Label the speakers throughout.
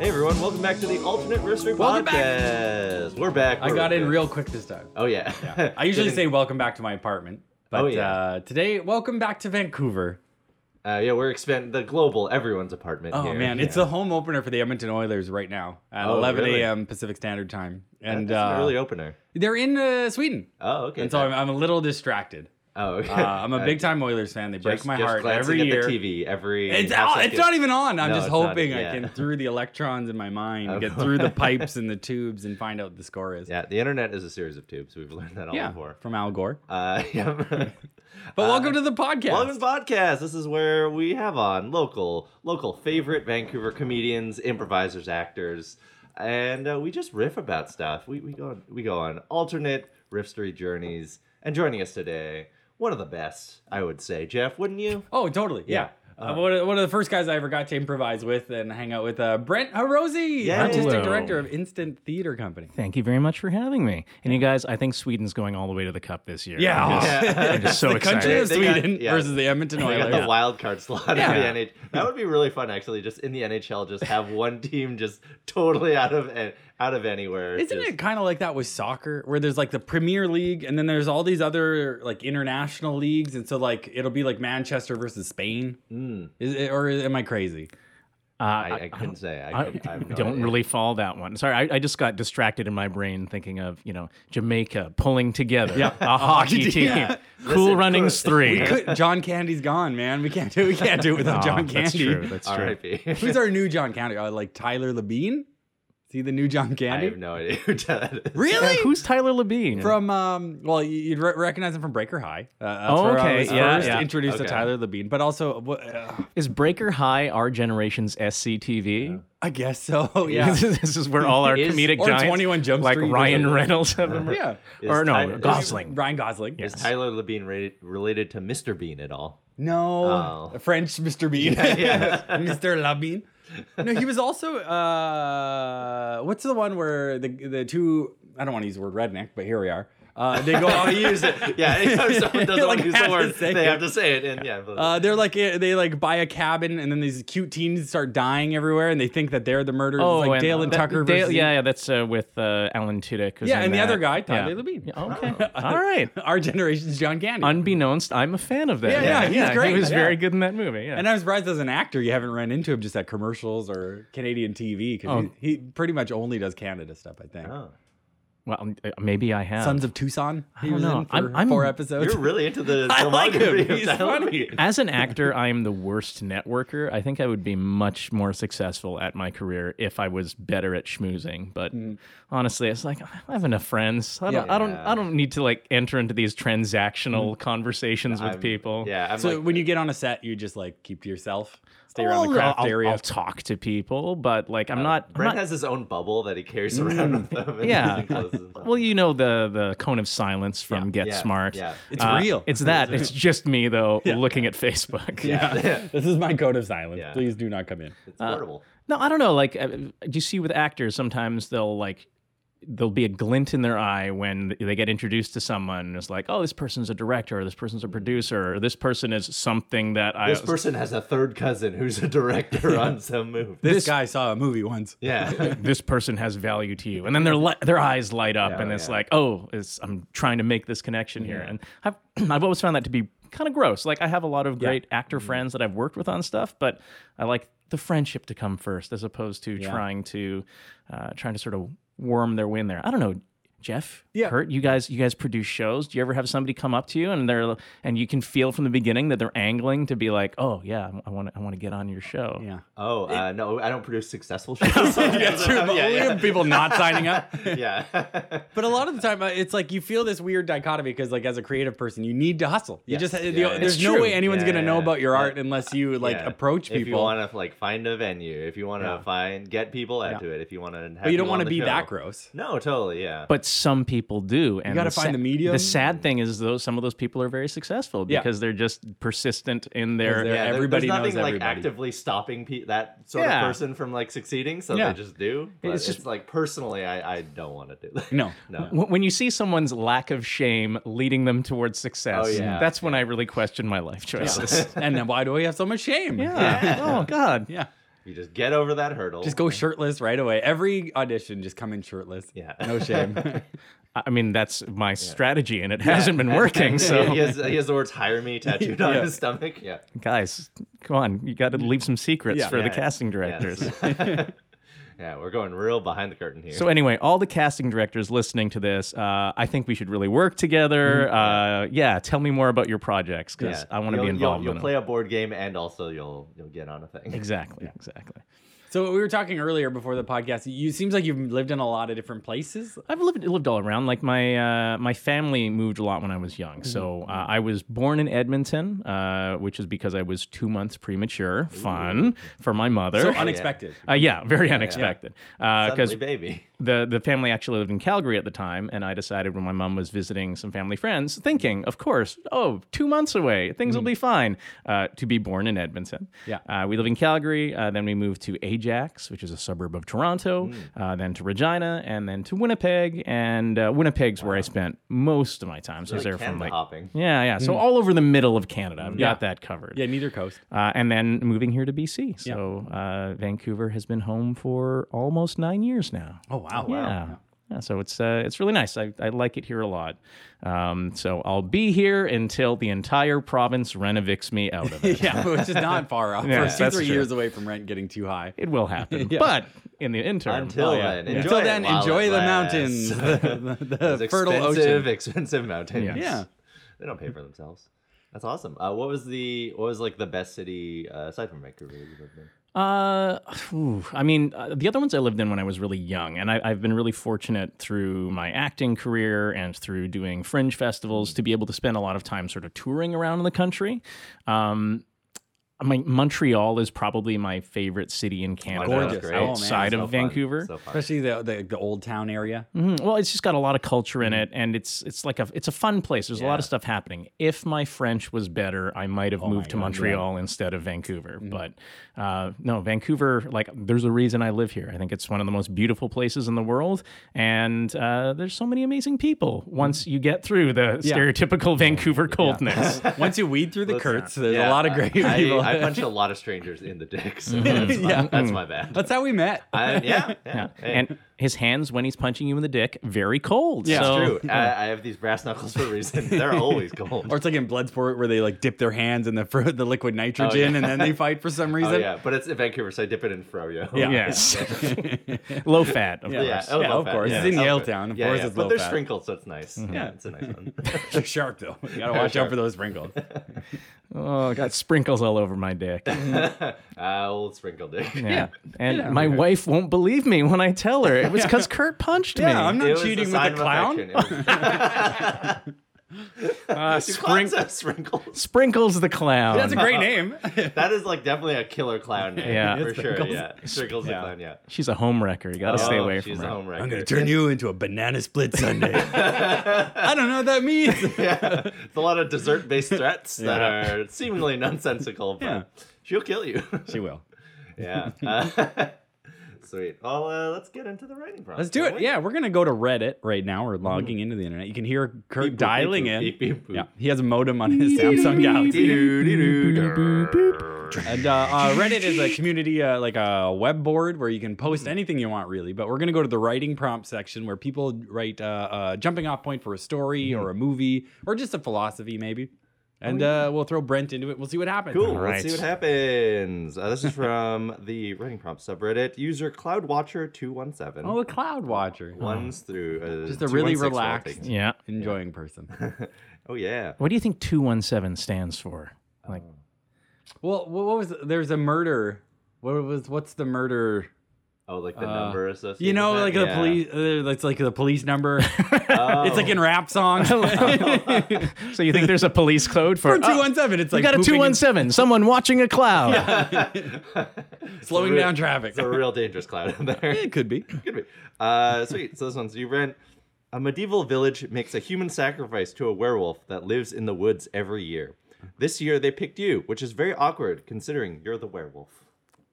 Speaker 1: everyone. Welcome back to the Alternate Nursery
Speaker 2: Welcome
Speaker 1: Podcast.
Speaker 2: back.
Speaker 1: We're back.
Speaker 2: I
Speaker 1: We're
Speaker 2: got in
Speaker 1: good.
Speaker 2: real quick this time.
Speaker 1: Oh yeah.
Speaker 2: Yeah. I usually
Speaker 1: Didn't-
Speaker 2: say welcome back to my apartment, but
Speaker 1: Oh, yeah.
Speaker 2: uh, today, welcome back to Vancouver.
Speaker 1: Uh, yeah, we're expanding the global everyone's apartment.
Speaker 2: Oh
Speaker 1: here.
Speaker 2: man, it's
Speaker 1: Yeah.
Speaker 2: the home opener for the Edmonton Oilers right now at
Speaker 1: Oh,
Speaker 2: 11
Speaker 1: really?
Speaker 2: a.m. Pacific Standard Time, and
Speaker 1: That's an
Speaker 2: uh,
Speaker 1: early opener.
Speaker 2: they're in uh, Sweden,
Speaker 1: Oh okay.
Speaker 2: and so I'm, I'm a little distracted.
Speaker 1: oh, okay.
Speaker 2: Uh, I'm a big time Oilers fan. They break
Speaker 1: just,
Speaker 2: my
Speaker 1: just
Speaker 2: heart
Speaker 1: glancing
Speaker 2: every
Speaker 1: at
Speaker 2: year.
Speaker 1: The TV every.
Speaker 2: It's,
Speaker 1: half
Speaker 2: oh, it's
Speaker 1: second.
Speaker 2: not even on. I'm
Speaker 1: No,
Speaker 2: just
Speaker 1: it's not,
Speaker 2: hoping
Speaker 1: yeah.
Speaker 2: I can through the electrons in my mind
Speaker 1: Of
Speaker 2: get
Speaker 1: course.
Speaker 2: through the pipes and the tubes and find out what the score is.
Speaker 1: Yeah, the internet is a series of tubes. We've learned that all
Speaker 2: Yeah,
Speaker 1: before.
Speaker 2: from Al Gore.
Speaker 1: Uh, yeah.
Speaker 2: But welcome to the podcast.
Speaker 1: Welcome to the podcast. This is where we have on local, local favorite Vancouver comedians, improvisers, actors, and uh, we just riff about stuff. We, we go on, we go on alternate riffstory journeys. And joining us today, one of the best, I would say, Jeff, wouldn't you?
Speaker 2: Oh, totally. Yeah. Uh, one, of, one of the first guys I ever got to improvise with and hang out with, uh, Brent Harosi,
Speaker 1: Yeah.
Speaker 2: artistic
Speaker 3: Hello.
Speaker 2: director of Instant Theater Company.
Speaker 3: Thank you very much for having me. And you guys, I think Sweden's going all the way to the cup this year. I'm just so
Speaker 2: the country
Speaker 3: excited.
Speaker 2: of
Speaker 1: They- they got-
Speaker 2: Sweden
Speaker 1: yeah.
Speaker 2: versus the Edmonton
Speaker 1: I got
Speaker 2: Oilers.
Speaker 1: the wild card slot
Speaker 2: Oh, Yeah.
Speaker 1: in the NHL. That would be really fun, actually. Just in the NHL, just have one team just totally out of eh, out of anywhere.
Speaker 2: Isn't
Speaker 1: just-
Speaker 2: it kind of like that with soccer, where there's like the Premier League and then there's all these other like international leagues, and so like it'll be like Manchester versus Spain,
Speaker 1: Mm,
Speaker 2: Is it, or am I crazy?
Speaker 3: Uh,
Speaker 1: I, I couldn't say. I,
Speaker 3: I
Speaker 1: could, I have no
Speaker 3: don't
Speaker 1: idea.
Speaker 3: really follow that one. Sorry, I, I just got distracted in my brain thinking of, you know, Jamaica pulling together
Speaker 2: Yeah.
Speaker 3: a hockey
Speaker 2: hockey
Speaker 3: team.
Speaker 2: team. Yeah.
Speaker 3: Cool
Speaker 1: Listen,
Speaker 3: Runnings
Speaker 1: cool.
Speaker 3: 3.
Speaker 2: We could, John Candy's gone, man. We can't do we can't do it without
Speaker 3: Aw,
Speaker 2: John Candy.
Speaker 3: Oh, That's true. That's true.
Speaker 1: R.I.P.
Speaker 2: Who's our new John Candy? Uh, like Tyler Labine? See the new John
Speaker 1: I
Speaker 2: Candy?
Speaker 1: have no idea who that is.
Speaker 3: Uh,
Speaker 2: Really?
Speaker 3: who's Tyler Labine?
Speaker 2: From um, well, you- you'd re- recognize him from Breaker High. Uh, that's
Speaker 3: Oh,
Speaker 2: where I
Speaker 3: okay.
Speaker 2: was
Speaker 3: Yeah,
Speaker 2: first
Speaker 3: yeah.
Speaker 2: introduced
Speaker 1: Okay.
Speaker 2: to Tyler Labine, but also wha- uh,
Speaker 3: Is Breaker High our generation's SCTV?
Speaker 2: I guess so. Yeah,
Speaker 3: this is where all our
Speaker 1: Is-
Speaker 3: comedic
Speaker 2: or
Speaker 3: giants,
Speaker 2: 21 Jump
Speaker 3: like
Speaker 2: Street or
Speaker 3: Ryan
Speaker 2: something.
Speaker 3: Reynolds, have them.
Speaker 2: yeah.
Speaker 1: Is
Speaker 3: or no,
Speaker 1: Tyler- is-
Speaker 3: Gosling.
Speaker 2: Ryan Gosling.
Speaker 3: Yes.
Speaker 1: Is Tyler Labine re- related to Mr. Bean at all?
Speaker 2: No,
Speaker 1: Oh.
Speaker 2: French Mr. Bean.
Speaker 1: yeah.
Speaker 2: Mr. Labine. No, he was also uh, what's the one where the the two I don't want to use the word redneck, but here we are. Uh, they go out use it.
Speaker 1: Yeah, anytime someone doesn't want
Speaker 2: Like,
Speaker 1: to use
Speaker 2: I
Speaker 1: the
Speaker 2: had to
Speaker 1: word,
Speaker 2: say
Speaker 1: they
Speaker 2: it.
Speaker 1: have to say it. And yeah,
Speaker 2: Uh, they're like eh, they like buy a cabin, and then these cute teens start dying everywhere, and they think that they're the murderers. It's like Dale and
Speaker 3: Oh, that-
Speaker 2: Tucker.
Speaker 3: Dale-
Speaker 2: versus
Speaker 3: yeah, yeah, that's uh, with uh, Alan Tudyk. was
Speaker 2: Yeah,
Speaker 3: in
Speaker 2: and the
Speaker 3: that.
Speaker 2: other guy, Tyler
Speaker 3: Yeah.
Speaker 2: Labine.
Speaker 3: Yeah, okay, all right.
Speaker 2: Our generation's John Candy.
Speaker 3: Unbeknownst, I'm a fan of that.
Speaker 2: Yeah, yeah, he's great,
Speaker 3: He was
Speaker 2: yeah.
Speaker 3: very good in that movie. Yeah.
Speaker 2: and I'm surprised as an actor you haven't run into him just at commercials or Canadian TV because
Speaker 3: Oh.
Speaker 2: he, he pretty much only does Canada stuff. I think
Speaker 1: oh.
Speaker 3: well, um, uh, maybe I have.
Speaker 2: Sons of Tucson. He
Speaker 3: don't
Speaker 2: was
Speaker 3: know.
Speaker 2: in for
Speaker 3: I'm- I'm-
Speaker 2: 4 episodes.
Speaker 1: You're really into the
Speaker 2: I like him.
Speaker 1: filmography of
Speaker 2: He's
Speaker 1: Tyler
Speaker 2: funny.
Speaker 1: Labine.
Speaker 3: As an actor, I am the worst networker. I think I would be much more successful at my career if I was better at schmoozing. But
Speaker 2: Mm.
Speaker 3: honestly, it's like I have enough friends. I don't, I don't,
Speaker 1: Yeah.
Speaker 3: I don't need to like enter into these
Speaker 2: Mm.
Speaker 3: transactional conversations with
Speaker 1: I'm-
Speaker 3: people.
Speaker 1: Yeah, I'm
Speaker 2: so
Speaker 1: like,
Speaker 2: when you get on a set, you just like keep to yourself, stay
Speaker 3: Well,
Speaker 2: around the craft
Speaker 3: Oh, I'll,
Speaker 2: area. Uh,
Speaker 3: I'll talk to people, but like I'm not. I'm
Speaker 1: uh, Brent
Speaker 3: not-
Speaker 1: has his own bubble that he carries around with him. and
Speaker 3: Yeah.
Speaker 1: he closes himself.
Speaker 3: well, you know the the cone of silence from Get
Speaker 1: Yeah,
Speaker 3: Smart. Uh,
Speaker 1: yeah. Uh,
Speaker 2: It's real.
Speaker 3: It's that. It's just me though, looking at Facebook.
Speaker 2: yeah. this is my code of silence.
Speaker 1: Yeah.
Speaker 2: Please do not come in.
Speaker 1: it's portable.
Speaker 3: No, I don't know. Like, uh, do you see with actors sometimes they'll like there'll be a glint in their eye when they get introduced to someone. and It's like, oh, this person's a director, or this person's a producer, or this person is something that I.
Speaker 1: This person has a third cousin who's a director on some movie.
Speaker 2: This, guy saw a movie once.
Speaker 1: yeah.
Speaker 3: this person has value to you, and then their li- their eyes light up, and it's
Speaker 1: yeah.
Speaker 3: like, oh, it's, I'm trying to make this connection here, and I've I've always found that to be kind of gross. Like I have a lot of great actor friends that I've worked with on stuff, but I like the friendship to come first as opposed to trying to uh, trying to sort of worm their way in there. I don't know. Jeff,
Speaker 2: Yeah.
Speaker 3: Kurt, you guys, you guys produce shows. Do you ever have somebody come up to you and they're and you can feel from the beginning that they're angling to be like, oh yeah, I want to, I want to get on your show.
Speaker 2: Yeah.
Speaker 1: Oh, uh, no, I don't produce successful shows.
Speaker 2: yeah, true. But
Speaker 1: yeah,
Speaker 2: only
Speaker 1: yeah.
Speaker 2: of people not signing up.
Speaker 1: yeah.
Speaker 2: But a lot of the time, uh, it's like you feel this weird dichotomy because, like, as a creative person, you need to hustle. You
Speaker 1: Yes.
Speaker 2: just uh,
Speaker 1: Yeah,
Speaker 2: the-
Speaker 1: yeah.
Speaker 2: there's
Speaker 3: It's
Speaker 2: no
Speaker 3: true.
Speaker 2: way anyone's
Speaker 1: Yeah,
Speaker 2: gonna
Speaker 1: yeah,
Speaker 2: know
Speaker 1: yeah.
Speaker 2: about your
Speaker 1: Yeah.
Speaker 2: art unless you like
Speaker 1: Yeah.
Speaker 2: approach people.
Speaker 1: If you want to like find a venue, if you want to find get people into it, if you want to,
Speaker 2: but you don't want
Speaker 1: want
Speaker 2: to be that gross.
Speaker 1: No, totally, yeah.
Speaker 3: but some people do. And
Speaker 2: gotta
Speaker 3: the
Speaker 2: find the medium.
Speaker 3: The sad thing is, though, some of those people are very successful
Speaker 2: Yeah.
Speaker 3: because they're just persistent in
Speaker 2: Because
Speaker 3: their.
Speaker 2: they're-
Speaker 1: yeah, there-
Speaker 2: everybody
Speaker 1: there's nothing
Speaker 2: knows
Speaker 1: like
Speaker 2: everybody.
Speaker 1: actively stopping pe- that sort
Speaker 3: Yeah.
Speaker 1: of person from like succeeding, so
Speaker 2: Yeah.
Speaker 1: they just do. But it's
Speaker 3: It's
Speaker 1: just
Speaker 3: just-
Speaker 1: like personally, I, I don't want to do that.
Speaker 2: No.
Speaker 1: no.
Speaker 3: Wh- When you see someone's lack of shame leading them towards success,
Speaker 1: Oh, yeah.
Speaker 3: that's when I really question my life choices.
Speaker 2: and then why do we have so much shame?
Speaker 3: Yeah. Oh God.
Speaker 2: Yeah.
Speaker 1: You just get over that hurdle.
Speaker 2: Just go shirtless right away. Every audition, just come in shirtless.
Speaker 1: Yeah.
Speaker 2: No shame.
Speaker 3: I mean, that's my strategy, and it hasn't been working. So,
Speaker 1: he, has, he has the words "hire me" tattooed on
Speaker 2: Yeah.
Speaker 1: his stomach. Yeah.
Speaker 3: guys, come on, you got to leave some secrets
Speaker 2: Yeah.
Speaker 3: for
Speaker 1: Yeah.
Speaker 3: the casting directors.
Speaker 1: Yes. yeah, we're going real behind the curtain here.
Speaker 3: So anyway, all the casting directors listening to this, uh, I think we should really work together. Uh, yeah, tell me more about your projects because I want to be
Speaker 1: Mm-hmm. You'll-
Speaker 3: involved.
Speaker 1: You'll, you'll
Speaker 3: in them.
Speaker 1: play a board game, and also you'll you'll get on a thing.
Speaker 3: Exactly, exactly.
Speaker 2: so we were talking earlier before the podcast. You seems like you've lived in a lot of different places.
Speaker 3: I've lived lived all around. Like my uh, my family moved a lot when I was young,
Speaker 1: Mm-hmm.
Speaker 3: so uh, I was born in Edmonton, uh, which is because I was two months premature. Fun for my mother.
Speaker 2: So unexpected.
Speaker 3: uh, yeah, very unexpected. Uh, Because
Speaker 1: Suddenly, baby.
Speaker 3: the the family actually lived in Calgary at the time, and I decided when my mom was visiting some family friends, thinking, of course, oh, two months away, things will be fine. Uh, to be born in Edmonton.
Speaker 2: Mm-hmm. Yeah.
Speaker 3: uh, we live in Calgary. Uh, then we moved to Ajax, which is a suburb of Toronto.
Speaker 2: Mm.
Speaker 3: Uh, then to Regina, and then to Winnipeg. And uh, Winnipeg's where I spent most of my time. So I was there
Speaker 1: Like
Speaker 3: from
Speaker 1: Canada
Speaker 3: like.
Speaker 1: hopping.
Speaker 3: Yeah, yeah. So all over the middle of Canada, I've got that covered.
Speaker 2: Mm. Yeah, neither coast.
Speaker 3: Uh, and then moving here to BC. So uh, Vancouver has been home for almost nine years now.
Speaker 2: Oh wow.
Speaker 3: Yeah. Yeah, so it's uh, it's really nice. I, I like it here a lot. Um, so I'll be here until the entire province renovicts me out of it.
Speaker 2: yeah, which is not far off.
Speaker 3: Yeah,
Speaker 2: We're two,
Speaker 3: that's
Speaker 2: three
Speaker 3: true.
Speaker 2: years away from rent getting too high.
Speaker 3: it will happen. But in the interim,
Speaker 1: Until
Speaker 3: oh, yeah.
Speaker 1: then,
Speaker 3: Yeah.
Speaker 1: enjoy
Speaker 2: Until
Speaker 1: it
Speaker 2: then,
Speaker 1: while
Speaker 2: enjoy
Speaker 1: it
Speaker 2: the
Speaker 1: lasts.
Speaker 2: mountains, the, the- the
Speaker 1: Those
Speaker 2: fertile
Speaker 1: expensive,
Speaker 2: ocean.
Speaker 1: expensive mountains.
Speaker 3: Yeah.
Speaker 2: Yeah.
Speaker 1: They don't pay for themselves. That's awesome. Uh, what was the what was like the best city uh, aside from Vancouver that you lived in?
Speaker 3: Uh, phew, I mean, uh, the other ones I lived in when I was really young, and I, I've been really fortunate through my acting career and through doing fringe festivals to be able to spend a lot of time sort of touring around the country. Um, I mean, Montreal is probably my favorite city in Canada
Speaker 1: Montreal's great. Oh, man,
Speaker 3: outside
Speaker 1: So fun.
Speaker 3: of Vancouver.
Speaker 1: So fun.
Speaker 2: Especially the, the the old town area.
Speaker 3: Mhm. Well, it's just got a lot of culture
Speaker 1: Mm-hmm.
Speaker 3: in it, and it's it's like a it's a fun place. There's a lot of stuff happening. If my French was better, I might
Speaker 1: Oh
Speaker 3: have moved to Montreal instead of Vancouver.
Speaker 1: Mm-hmm.
Speaker 3: But uh, no, Vancouver, like there's a reason I live here. I think it's one of the most beautiful places in the world, and uh, there's so many amazing people.
Speaker 1: Mm-hmm.
Speaker 3: Once you get through the stereotypical Vancouver coldness,
Speaker 2: Once you weed through the Kurtz, there's
Speaker 1: Yeah,
Speaker 2: a lot of
Speaker 1: I-
Speaker 2: great
Speaker 1: I,
Speaker 2: people.
Speaker 1: I punched a lot of strangers in the dick,
Speaker 3: Mm-hmm.
Speaker 1: so that's, my,
Speaker 2: Yeah.
Speaker 1: that's my bad.
Speaker 2: That's how we met.
Speaker 1: I- yeah, yeah.
Speaker 3: Yeah.
Speaker 1: Hey,
Speaker 3: and his hands when he's punching you in the dick, very cold.
Speaker 2: Yeah.
Speaker 1: it's
Speaker 3: So-
Speaker 1: true. I, I have these brass knuckles for a reason. They're always cold.
Speaker 2: Or it's like in Bloodsport where they like dip their hands in the fr- the liquid nitrogen and then they fight for some reason.
Speaker 1: oh, yeah, but it's in Vancouver, so I dip it in froyo.
Speaker 2: Yeah.
Speaker 3: Yes. Low fat, of
Speaker 2: Yeah.
Speaker 1: Yeah,
Speaker 3: course.
Speaker 1: oh,
Speaker 2: Yeah,
Speaker 1: low
Speaker 2: of
Speaker 1: fat,
Speaker 2: course.
Speaker 1: yeah.
Speaker 2: It's in
Speaker 1: Oh,
Speaker 2: Yale
Speaker 1: good.
Speaker 2: Town, Mm-hmm. of
Speaker 1: Yeah,
Speaker 2: course
Speaker 1: yeah.
Speaker 2: it's
Speaker 1: But
Speaker 2: low
Speaker 1: there's
Speaker 2: fat.
Speaker 1: sprinkles, so it's nice. Yeah, it's a nice one.
Speaker 2: They're sharp though. You gotta watch out
Speaker 1: sharp.
Speaker 2: for those Uh, sprinkles.
Speaker 3: Oh, I got sprinkles all over my dick.
Speaker 1: uh, old sprinkle dick.
Speaker 3: Yeah. And my wife won't believe me when I tell her. It was because Kurt punched me.
Speaker 2: Yeah, I'm
Speaker 1: It
Speaker 2: not
Speaker 1: was a
Speaker 2: cheating with
Speaker 1: sign
Speaker 2: a
Speaker 1: of
Speaker 2: clown.
Speaker 1: affection. It was-
Speaker 3: Uh,
Speaker 1: You
Speaker 3: Sprink-
Speaker 1: clowns have sprinkles.
Speaker 3: sprinkles the clown.
Speaker 2: That's a great name.
Speaker 1: That is like definitely a killer clown name.
Speaker 3: Yeah.
Speaker 1: for sure.
Speaker 2: Sprinkles.
Speaker 1: Yeah, sprinkles the
Speaker 2: Yeah.
Speaker 1: clown. Yeah,
Speaker 3: She's a homewrecker. You got to stay
Speaker 1: Oh,
Speaker 3: away
Speaker 1: she's
Speaker 3: from her.
Speaker 1: a home wrecker.
Speaker 2: I'm gonna turn you into a banana split Sunday. I don't know what that means.
Speaker 1: yeah, it's a lot of dessert-based threats that are seemingly nonsensical, but
Speaker 2: Yeah.
Speaker 1: she'll kill you.
Speaker 2: She will.
Speaker 1: yeah. Uh, sweet. Well, uh, let's get into the writing process.
Speaker 2: Let's do
Speaker 1: shall
Speaker 2: it.
Speaker 1: we? Hmm.
Speaker 2: Yeah, we're gonna go to Reddit right now. We're logging into the internet. You can hear Kurt
Speaker 1: boop,
Speaker 2: dialing
Speaker 1: beep,
Speaker 2: in.
Speaker 1: boop, beep, boop.
Speaker 2: Yeah, he has a modem on his Samsung Galaxy.
Speaker 1: Dee-doo-dee-doo-doo.
Speaker 2: And uh, uh, Reddit is a community, uh, like a web board where you can post anything you want, really. But we're going to go to the writing prompt section where people write uh, uh, jumping off point for a story
Speaker 1: Mm-hmm.
Speaker 2: or a movie or just a philosophy, maybe. And uh, we'll throw Brent into it. We'll see what happens.
Speaker 1: Oh, Cool.
Speaker 3: right.
Speaker 1: Let's see what happens. Uh, this is from the writing prompt subreddit user CloudWatcher217.
Speaker 2: Oh, a cloud watcher.
Speaker 1: Ones through. Uh,
Speaker 2: Just a
Speaker 1: 216
Speaker 2: really
Speaker 1: will
Speaker 2: relaxed-
Speaker 1: take-
Speaker 3: Yeah.
Speaker 2: Enjoying person.
Speaker 1: Oh, yeah.
Speaker 3: What do you think 217 stands for? Like,
Speaker 2: well, what what was there's a murder. What was what's the murder?
Speaker 1: Oh, like the
Speaker 2: Uh,
Speaker 1: number associated.
Speaker 2: You know,
Speaker 1: with that?
Speaker 2: like the
Speaker 1: Yeah.
Speaker 2: police. Uh, that's like the police number.
Speaker 1: Oh.
Speaker 2: It's like in rap songs.
Speaker 3: Oh.
Speaker 2: For
Speaker 3: so you think there's a police code for.
Speaker 2: Oh. two one seven, it's
Speaker 3: you
Speaker 2: like
Speaker 3: got a
Speaker 2: pooping and
Speaker 3: 217, someone watching a cloud.
Speaker 2: slowing down traffic.
Speaker 1: It's a real dangerous cloud in there.
Speaker 2: It could be.
Speaker 1: Could be. Uh, sweet. So this one's you rent. A medieval village makes a human sacrifice to a werewolf that lives in the woods every year. This year they picked you, which is very awkward considering you're the werewolf.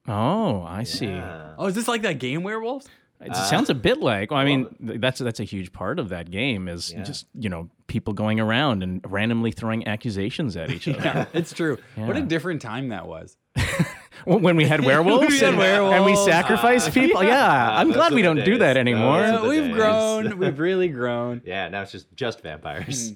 Speaker 1: Uh,
Speaker 3: Oh, I see.
Speaker 2: Oh, is this like that game werewolves?
Speaker 3: It sounds a bit like. Well, I mean, th- that's that's a huge part of that game is just you know people going around and randomly throwing accusations at each other.
Speaker 2: Yeah, it's true. What a different time that was.
Speaker 3: when we had werewolves,
Speaker 2: When we had
Speaker 3: and,
Speaker 2: werewolves.
Speaker 3: and we sacrificed people. Yeah, I'm
Speaker 1: Those
Speaker 3: glad
Speaker 1: are
Speaker 3: we
Speaker 1: the
Speaker 3: don't do
Speaker 1: days.
Speaker 3: that
Speaker 1: Those
Speaker 3: anymore.
Speaker 1: are
Speaker 2: Uh,
Speaker 1: the
Speaker 2: we've
Speaker 1: days.
Speaker 2: grown. We've really grown.
Speaker 1: Yeah, now it's just just vampires.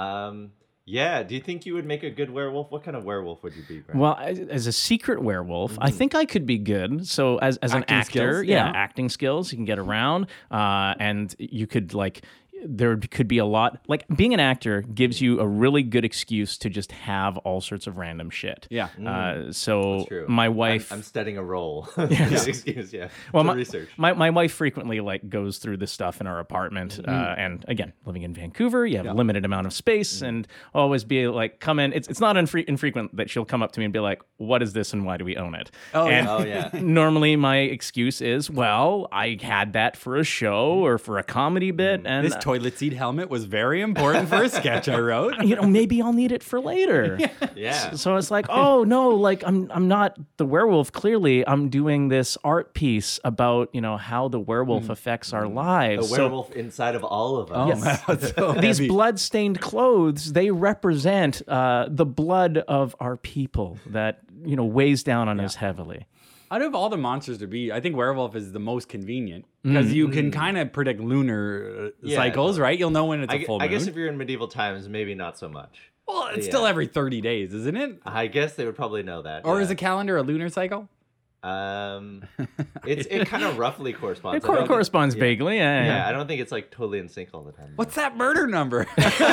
Speaker 1: um, yeah. Do you think you would make a good werewolf? What kind of werewolf would you be? Brian?
Speaker 3: Well, as, as a secret werewolf, I think I could be good. So as, as an
Speaker 2: Acting
Speaker 3: actor,
Speaker 2: skills,
Speaker 3: yeah,
Speaker 2: yeah.
Speaker 3: acting skills, you can get around, uh, and you could like there could be a lot like being an actor gives you a really good excuse to just have all sorts of random shit.
Speaker 2: Yeah.
Speaker 3: Uh, so
Speaker 1: true.
Speaker 3: my
Speaker 1: I'm-
Speaker 3: wife.
Speaker 1: I'm, studying a role. Yes. Excuse, yeah. Well,
Speaker 3: well, my,
Speaker 1: research.
Speaker 3: my my wife frequently like goes through this stuff in our apartment, uh,
Speaker 1: Mm-hmm.
Speaker 3: and again, living in Vancouver, you have a limited amount of space, and always be like, come in. It's it's not infre- infrequent that she'll come up to me and be like, "What is this, and why do we own it?"
Speaker 2: Oh,
Speaker 3: and
Speaker 1: Oh yeah.
Speaker 3: normally my excuse is, "Well, I had that for a show
Speaker 1: Mm-hmm.
Speaker 3: or for a comedy bit, and uh,
Speaker 2: This toilet seat helmet was very important for a sketch I wrote.
Speaker 3: you know maybe I'll need it for later."
Speaker 1: Yeah.
Speaker 3: So it's like, oh no, like I'm I'm not the werewolf. Clearly, I'm doing this art piece about you know how the werewolf affects our
Speaker 1: Hmm. The
Speaker 3: lives. So
Speaker 1: werewolf inside of all of us.
Speaker 2: wow, Oh, it's so
Speaker 3: these
Speaker 2: heavy.
Speaker 3: blood-stained clothes they represent uh, the blood of our people that you know weighs down on us heavily.
Speaker 2: Out of all the monsters to be, I think werewolf is the most convenient because
Speaker 3: Mm-hmm.
Speaker 2: you can kind of predict lunar uh,
Speaker 1: Mm-hmm. Yeah.
Speaker 2: cycles, right? You'll know when it's a
Speaker 1: I, gu-
Speaker 2: full moon.
Speaker 1: I guess if you're in medieval times, maybe not so much.
Speaker 2: well, it's
Speaker 1: yeah.
Speaker 2: still every 30 days, isn't it?
Speaker 1: I guess they would probably know that.
Speaker 2: Or
Speaker 1: yeah.
Speaker 2: is a calendar a lunar cycle?
Speaker 1: Um, it's it kind of roughly corresponds.
Speaker 3: It
Speaker 1: I
Speaker 3: cor-
Speaker 1: don't think-
Speaker 3: corresponds vaguely. Yeah.
Speaker 1: Yeah, I don't think it's like totally in sync all the time.
Speaker 2: What's that murder number? I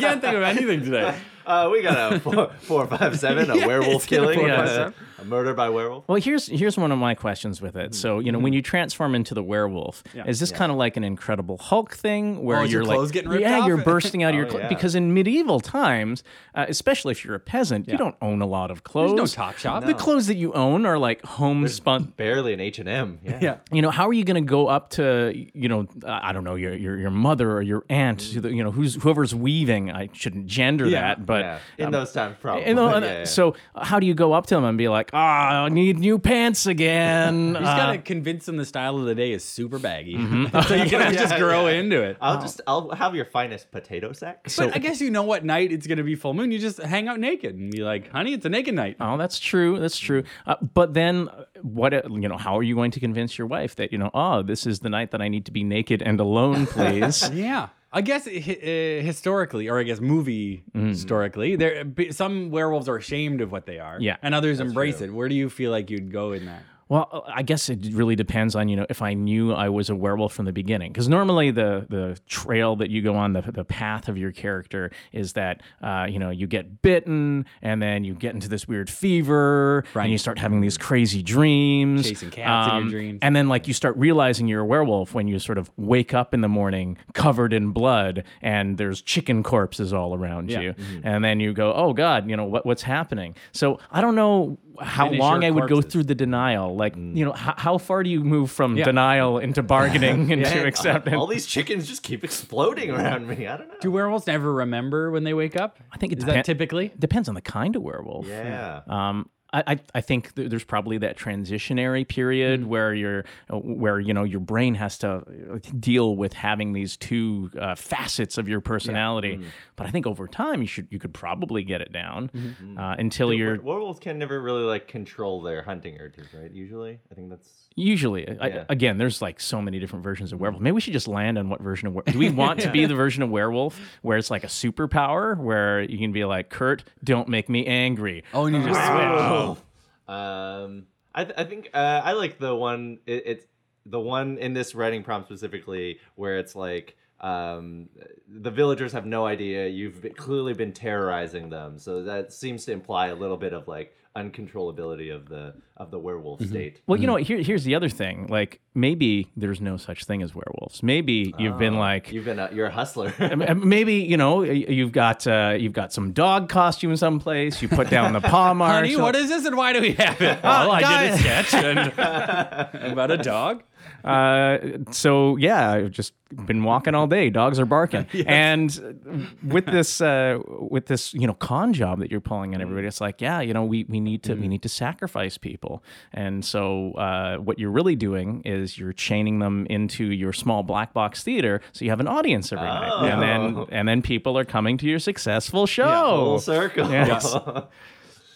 Speaker 2: can't think of anything today.
Speaker 1: Uh, we got a four, four, five, seven, a
Speaker 2: Yeah,
Speaker 1: werewolf
Speaker 2: it's in a
Speaker 1: killing,
Speaker 2: four,
Speaker 1: uh,
Speaker 2: five, seven.
Speaker 1: a murder by werewolf.
Speaker 3: Well, here's here's one of my questions with
Speaker 2: Hmm.
Speaker 3: it. So, you know, when you transform into the werewolf, is this kind of like an Incredible Hulk thing where
Speaker 2: Oh, is
Speaker 3: you're
Speaker 2: your
Speaker 3: like,
Speaker 2: clothes getting ripped
Speaker 3: yeah, you're
Speaker 2: off?
Speaker 3: bursting out of your
Speaker 1: Oh,
Speaker 3: clothes
Speaker 1: yeah.
Speaker 3: because in medieval times, uh, especially if you're a peasant, you don't own a lot of clothes.
Speaker 2: There's no top shop.
Speaker 3: The clothes that you own are like homespun.
Speaker 1: Barely an H and M. Yeah.
Speaker 2: Yeah.
Speaker 3: You know, how are you going to go up to you know, uh, I don't know, your your, your mother or your aunt, who the- you know, who's whoever's weaving. I shouldn't gender
Speaker 2: Hmm. Yeah,
Speaker 3: that, but
Speaker 1: Yeah. In those times, probably.
Speaker 3: And the-
Speaker 1: yeah, yeah.
Speaker 3: So uh, how do you go up to them and be like, "Ah, I need new pants again"?
Speaker 2: You just
Speaker 1: Uh,
Speaker 2: gotta convince them the style of the day is super baggy,
Speaker 1: Mm-hmm.
Speaker 2: so you can just grow into it.
Speaker 1: I'll just I'll have your finest potato sack.
Speaker 2: but I guess you know what night it's gonna be full moon. You just hang out naked and be like, "Honey, it's a naked night."
Speaker 3: Oh, that's true. That's true. Uh, but then, uh, what? uh, You know, how are you going to convince your wife that you know, oh, this is the night that I need to be naked and alone, please?
Speaker 2: Yeah, I guess hi- uh, historically, or I guess movie
Speaker 1: Mm-hmm.
Speaker 2: historically, there b- some werewolves are ashamed of what they are,
Speaker 3: Yeah.
Speaker 2: and others embrace it. Where do you feel like you'd go in that?
Speaker 3: well, uh, I guess it really depends on you know if I knew I was a werewolf from the beginning, because normally the the trail that you go on, the the path of your character is that uh, you know you get bitten and then you get into this weird fever and you start having these crazy dreams, Um,
Speaker 2: Chasing cats in your dreams.
Speaker 3: and then like you start realizing you're a werewolf when you sort of wake up in the morning covered in blood and there's chicken corpses all around you
Speaker 2: Mm-hmm.
Speaker 3: and then you go oh god you know what what's happening so i don't know how
Speaker 2: Finish
Speaker 3: long
Speaker 2: your
Speaker 3: i would go
Speaker 2: corpses.
Speaker 3: through the denial like you know h- how far do you move from denial into bargaining into
Speaker 1: Man,
Speaker 3: acceptance
Speaker 1: All these chickens just keep exploding around me. I don't know.
Speaker 2: Do werewolves never remember when they wake up?
Speaker 3: I think it
Speaker 2: is
Speaker 3: depen-
Speaker 2: that typically.
Speaker 3: depends on the kind of werewolf
Speaker 1: yeah.
Speaker 3: Um, I, I- I think th- there's probably that transitionary period where your where you know your brain has to uh, deal with having these two uh, facets of your personality. But I think over time you should you could probably get it down uh, until you're
Speaker 1: Were- Werewolves can never really like control their hunting urges, right? Usually, I think that's.
Speaker 3: usually I-
Speaker 1: Yeah.
Speaker 3: again there's like so many different versions
Speaker 2: Mm.
Speaker 3: of werewolf. Maybe we should just land on what version of were- do we want to be the version of werewolf where it's like a superpower where you can be like Kurt, don't make me angry.
Speaker 2: Oh, and you just
Speaker 1: Um, I, th- I think uh, I like the one. It, it's the one in this writing prompt specifically where it's like um, the villagers have no idea you've been, clearly been terrorizing them, so that seems to imply a little bit of like uncontrollability of the of the werewolf state.
Speaker 3: Mm-hmm.
Speaker 2: Mm.
Speaker 3: Well, you know, what, here, here's the other thing. Like, maybe there's no such thing as werewolves. Maybe you've been
Speaker 2: Oh,
Speaker 3: like,
Speaker 1: You've been a, you're a hustler.
Speaker 3: m- m- maybe you know, y- you've got uh, you've got some dog costume someplace. You put down the paw mark.
Speaker 2: Honey, what is this and why do we have
Speaker 1: Oh,
Speaker 2: it? Well, I did a sketch and about a dog.
Speaker 3: uh, so yeah, I've just been walking all day. Dogs are barking, and with this uh, with this you know con job that you're pulling on everybody, it's like yeah, you know we we need to we need to sacrifice people, and so uh, what you're really doing is you're chaining them into your small black box theater, so you have an audience every night, and then and then people are coming to your successful show.
Speaker 1: Full circle.
Speaker 3: Yes.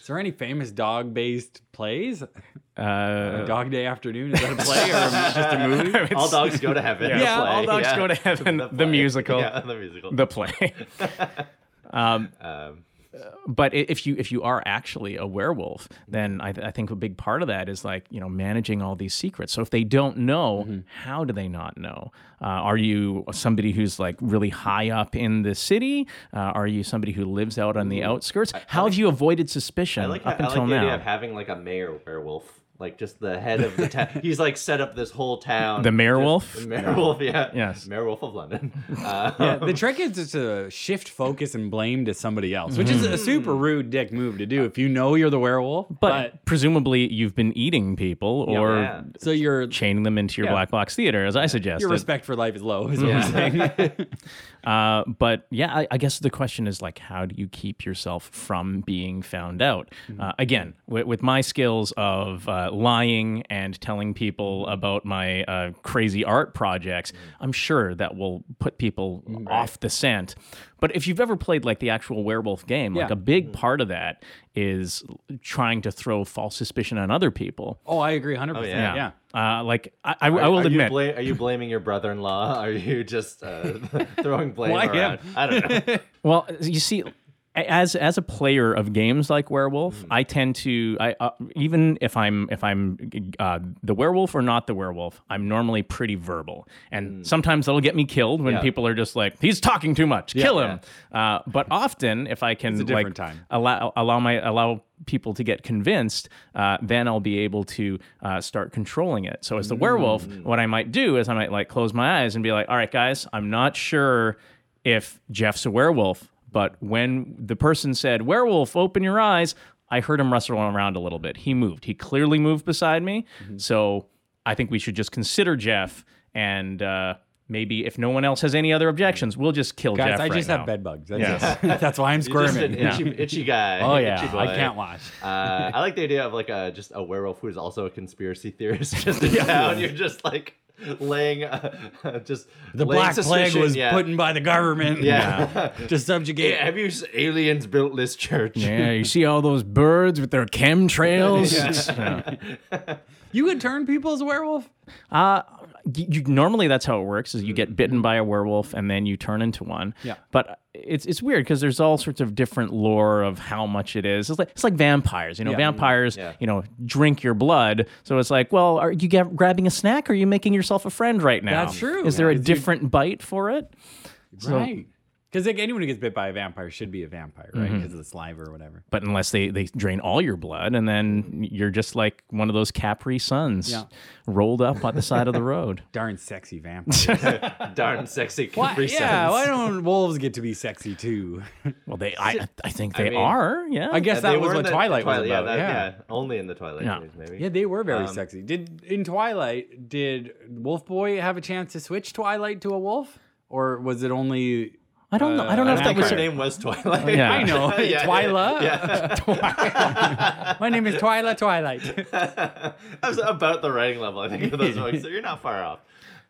Speaker 2: Is there any famous dog based plays?
Speaker 3: Uh,
Speaker 2: Dog Day Afternoon is that a play or just a movie?
Speaker 1: all dogs go to heaven.
Speaker 3: Yeah,
Speaker 1: the
Speaker 3: Yeah, All
Speaker 1: play,
Speaker 3: Dogs
Speaker 1: yeah.
Speaker 3: Go to Heaven, the
Speaker 1: play.
Speaker 3: musical.
Speaker 1: Yeah, the musical.
Speaker 3: the play.
Speaker 1: um,
Speaker 3: but i- if you if you are actually a werewolf, then I, th- I think a big part of that is like you know managing all these secrets. So if they don't know,
Speaker 1: Mm-hmm.
Speaker 3: how do they not know? Uh, are you somebody who's like really high up in the city? Uh, are you somebody who lives out on the outskirts? How have you avoided suspicion
Speaker 1: I like,
Speaker 3: Mm, up
Speaker 1: I like
Speaker 3: until
Speaker 1: the idea
Speaker 3: now?
Speaker 1: of having like a mayor werewolf. Like just the head of the town. He's like set up this whole town.
Speaker 3: The mayor
Speaker 1: Just-
Speaker 3: wolf?
Speaker 1: the Mayor wolf, yeah.
Speaker 3: Yes.
Speaker 1: Mayor wolf of London. Uh,
Speaker 2: Yeah, the trick is just to shift focus and blame to somebody else, which
Speaker 1: Mm.
Speaker 2: is a super rude dick move to do if you know you're the werewolf. But,
Speaker 3: but, presumably you've been eating people or
Speaker 1: yeah.
Speaker 2: so your
Speaker 3: chaining them into your
Speaker 2: Yeah.
Speaker 3: black box theater, as I suggested.
Speaker 2: your respect for life is low. Is what we're saying.
Speaker 3: Uh, but yeah, I, I guess the question is like, how do you keep yourself from being found out? Uh, again, with, with my skills of uh, lying and telling people about my uh, crazy art projects, I'm sure that will put people off the scent. But if you've ever played like the actual werewolf game, like
Speaker 2: Yeah.
Speaker 3: a big part of that is trying to throw false suspicion on other people.
Speaker 2: Oh, I agree, hundred percent.
Speaker 1: yeah.
Speaker 2: Yeah.
Speaker 3: Uh, like I, I, I will
Speaker 1: are You
Speaker 3: admit,
Speaker 1: bla- are you blaming your brother-in-law? Are you just uh, throwing blame
Speaker 2: Why him?
Speaker 1: around? I don't know.
Speaker 3: Well, you see, as as a player of games like Werewolf,
Speaker 2: Mm-hmm.
Speaker 3: I tend to I uh, even if I'm if I'm uh, the werewolf or not the werewolf, I'm normally pretty verbal, and
Speaker 2: Mm.
Speaker 3: sometimes that'll get me killed when
Speaker 1: Yeah.
Speaker 3: people are just like, "He's talking too much, kill him." Uh, but often, if I can
Speaker 2: a different
Speaker 3: like
Speaker 2: time.
Speaker 3: allow allow my allow people to get convinced, uh, then I'll be able to uh, start controlling it. So as the werewolf,
Speaker 2: Mm.
Speaker 3: what I might do is I might like close my eyes and be like, "All right, guys, I'm not sure if Jeff's a werewolf, but when the person said werewolf, open your eyes, I heard him rustle around a little bit. He moved. He clearly moved beside me.
Speaker 2: Mm-hmm.
Speaker 3: So I think we should just consider Jeff and." Uh, Maybe if no one else has any other objections, we'll just kill
Speaker 2: Guys,
Speaker 3: Jeff.
Speaker 2: I
Speaker 3: right
Speaker 2: just
Speaker 3: now.
Speaker 2: have bed bugs. That's, it. That's why I'm
Speaker 1: You're just an
Speaker 2: squirming.
Speaker 1: itchy, itchy guy.
Speaker 2: Oh
Speaker 1: itchy
Speaker 2: yeah,
Speaker 1: boy.
Speaker 2: I can't watch.
Speaker 1: Uh, I like the idea of like a just a werewolf who is also a conspiracy theorist. Just in town, you're just like laying, uh, just
Speaker 2: The
Speaker 1: laying
Speaker 2: Black Plague
Speaker 1: suspicion,
Speaker 2: was
Speaker 1: yeah.
Speaker 2: put in by the government
Speaker 1: Yeah.
Speaker 2: to subjugate.
Speaker 1: Yeah, have you s- aliens built this church?
Speaker 3: Yeah, you see all those birds with their chemtrails.
Speaker 2: You could turn people as a werewolf.
Speaker 3: you, Uh, you- normally that's how it works: is you get bitten by a werewolf and then you turn into one.
Speaker 2: Yeah.
Speaker 3: But it's it's weird because there's all sorts of different lore of how much it is. It's like it's like vampires. You know, vampires.
Speaker 1: Yeah.
Speaker 3: You know, drink your blood. So it's like, well, are you get, grabbing a snack or are you making yourself a friend right now?
Speaker 2: That's true.
Speaker 3: Is there a
Speaker 2: Yeah, 'cause you-
Speaker 3: different bite for it?
Speaker 2: right. Because like anyone who gets bit by a vampire should be a vampire, right? Because of the saliva or whatever.
Speaker 3: but unless they, they drain all your blood and then you're just like one of those capri suns
Speaker 2: Yeah.
Speaker 3: rolled up on the side of the road
Speaker 2: Darn sexy vampires.
Speaker 1: Darn sexy
Speaker 2: Why,
Speaker 1: Capri
Speaker 2: yeah,
Speaker 1: Suns.
Speaker 2: why don't wolves get to be sexy too?
Speaker 3: well they i, I think they
Speaker 1: mean-
Speaker 3: are yeah
Speaker 2: I guess
Speaker 1: They
Speaker 2: that
Speaker 1: were
Speaker 2: was
Speaker 1: in
Speaker 2: what
Speaker 1: the-
Speaker 2: Twilight, was
Speaker 1: yeah, Um,
Speaker 2: about.
Speaker 1: that-
Speaker 2: yeah, yeah.
Speaker 1: only in the Twilight
Speaker 3: Yeah.
Speaker 1: years, maybe.
Speaker 2: they were very sexy. Did in Twilight did Wolf Boy have a chance to switch Twilight to a wolf, or was it only?
Speaker 3: i don't know i don't know
Speaker 2: Uh,
Speaker 3: if
Speaker 1: I
Speaker 3: that
Speaker 1: think
Speaker 3: was
Speaker 1: her name was Twilight.
Speaker 3: Yeah.
Speaker 2: I know
Speaker 1: Yeah,
Speaker 2: Twyla.
Speaker 1: yeah.
Speaker 2: Twyla. My name is Twyla Twilight.
Speaker 1: that was about the writing level, I think, of those books. So you're not far off.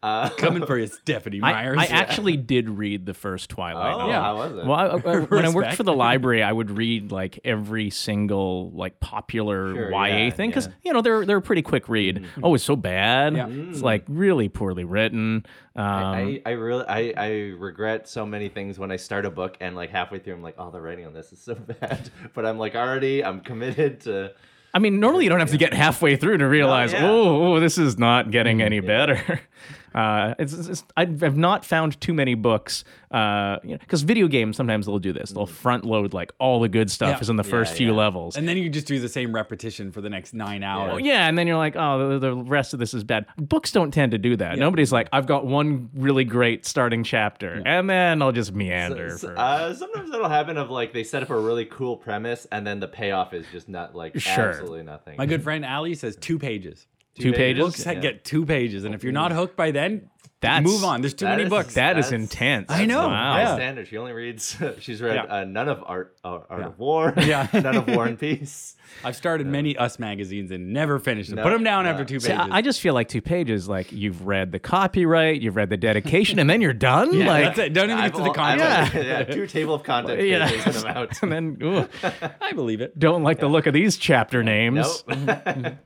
Speaker 1: Uh,
Speaker 2: Coming for you, Stephanie
Speaker 3: I,
Speaker 2: Myers.
Speaker 3: I actually did read the first Twilight.
Speaker 1: Oh,
Speaker 3: novel.
Speaker 1: how was it?
Speaker 3: Well, I, I- when I worked
Speaker 2: Respect.
Speaker 3: for the library, I would read like every single like popular
Speaker 1: Sure,
Speaker 3: YA
Speaker 1: yeah, Mm-hmm.
Speaker 3: thing because you know they're they're a pretty quick read. Oh, it's so bad.
Speaker 2: Yeah.
Speaker 3: It's like really poorly written. Um,
Speaker 1: I, I really I, I regret so many things when I start a book and like halfway through I'm like, oh, the writing on this is so bad. But I'm like already I'm committed to.
Speaker 3: I mean, normally you don't have to get halfway through to realize,
Speaker 1: yeah.
Speaker 3: oh, oh, this is not getting any better. Uh, it's, it's, it's- I've I've not found too many books, because you know 'cause video games sometimes they'll do this. They'll front load like all the good stuff
Speaker 2: Yeah.
Speaker 3: is in the first few
Speaker 1: yeah.
Speaker 3: levels.
Speaker 2: and then you just do the same repetition for the next nine
Speaker 3: Oh,
Speaker 2: hours.
Speaker 3: yeah, and then you're like, oh, the, the rest of this is bad. Books don't tend to do that. Nobody's like, I've got one really great starting chapter, and then I'll just meander.
Speaker 1: S-
Speaker 3: for...
Speaker 1: Uh, sometimes that'll happen of like they set up a really cool premise and then the payoff is just not like
Speaker 3: Sure.
Speaker 1: absolutely nothing.
Speaker 2: My good friend Ali says two pages.
Speaker 3: Two pages?
Speaker 2: Books that
Speaker 1: Yeah.
Speaker 2: get two pages, and if you're not hooked by then,
Speaker 3: That's-
Speaker 2: move on. There's too
Speaker 1: that
Speaker 2: many
Speaker 1: is-
Speaker 2: books.
Speaker 1: that-
Speaker 3: That is
Speaker 1: That's-
Speaker 3: intense.
Speaker 2: I know.
Speaker 3: Wow.
Speaker 1: High
Speaker 2: Yeah.
Speaker 1: standard. She only reads. She's read
Speaker 2: Yeah.
Speaker 1: uh, none of Art uh, Art
Speaker 2: Yeah.
Speaker 1: of War.
Speaker 2: Yeah.
Speaker 1: none of War and Peace.
Speaker 2: I've started many Us magazines and never finished them.
Speaker 1: No,
Speaker 2: Put them down
Speaker 1: no.
Speaker 2: after two pages.
Speaker 3: See, I I just feel like two pages. Like you've read the copyright, you've read the dedication, and then you're done.
Speaker 2: Yeah,
Speaker 3: like
Speaker 2: that's it. Don't even
Speaker 1: I've
Speaker 2: get to
Speaker 1: al-
Speaker 2: the
Speaker 1: I've-
Speaker 2: content.
Speaker 1: yeah, two table of content
Speaker 3: Yeah.
Speaker 1: pages and I'm out.
Speaker 3: and then ooh,
Speaker 2: I believe it.
Speaker 3: don't like the look of these chapter names.
Speaker 2: Mm-hmm.
Speaker 1: Nope.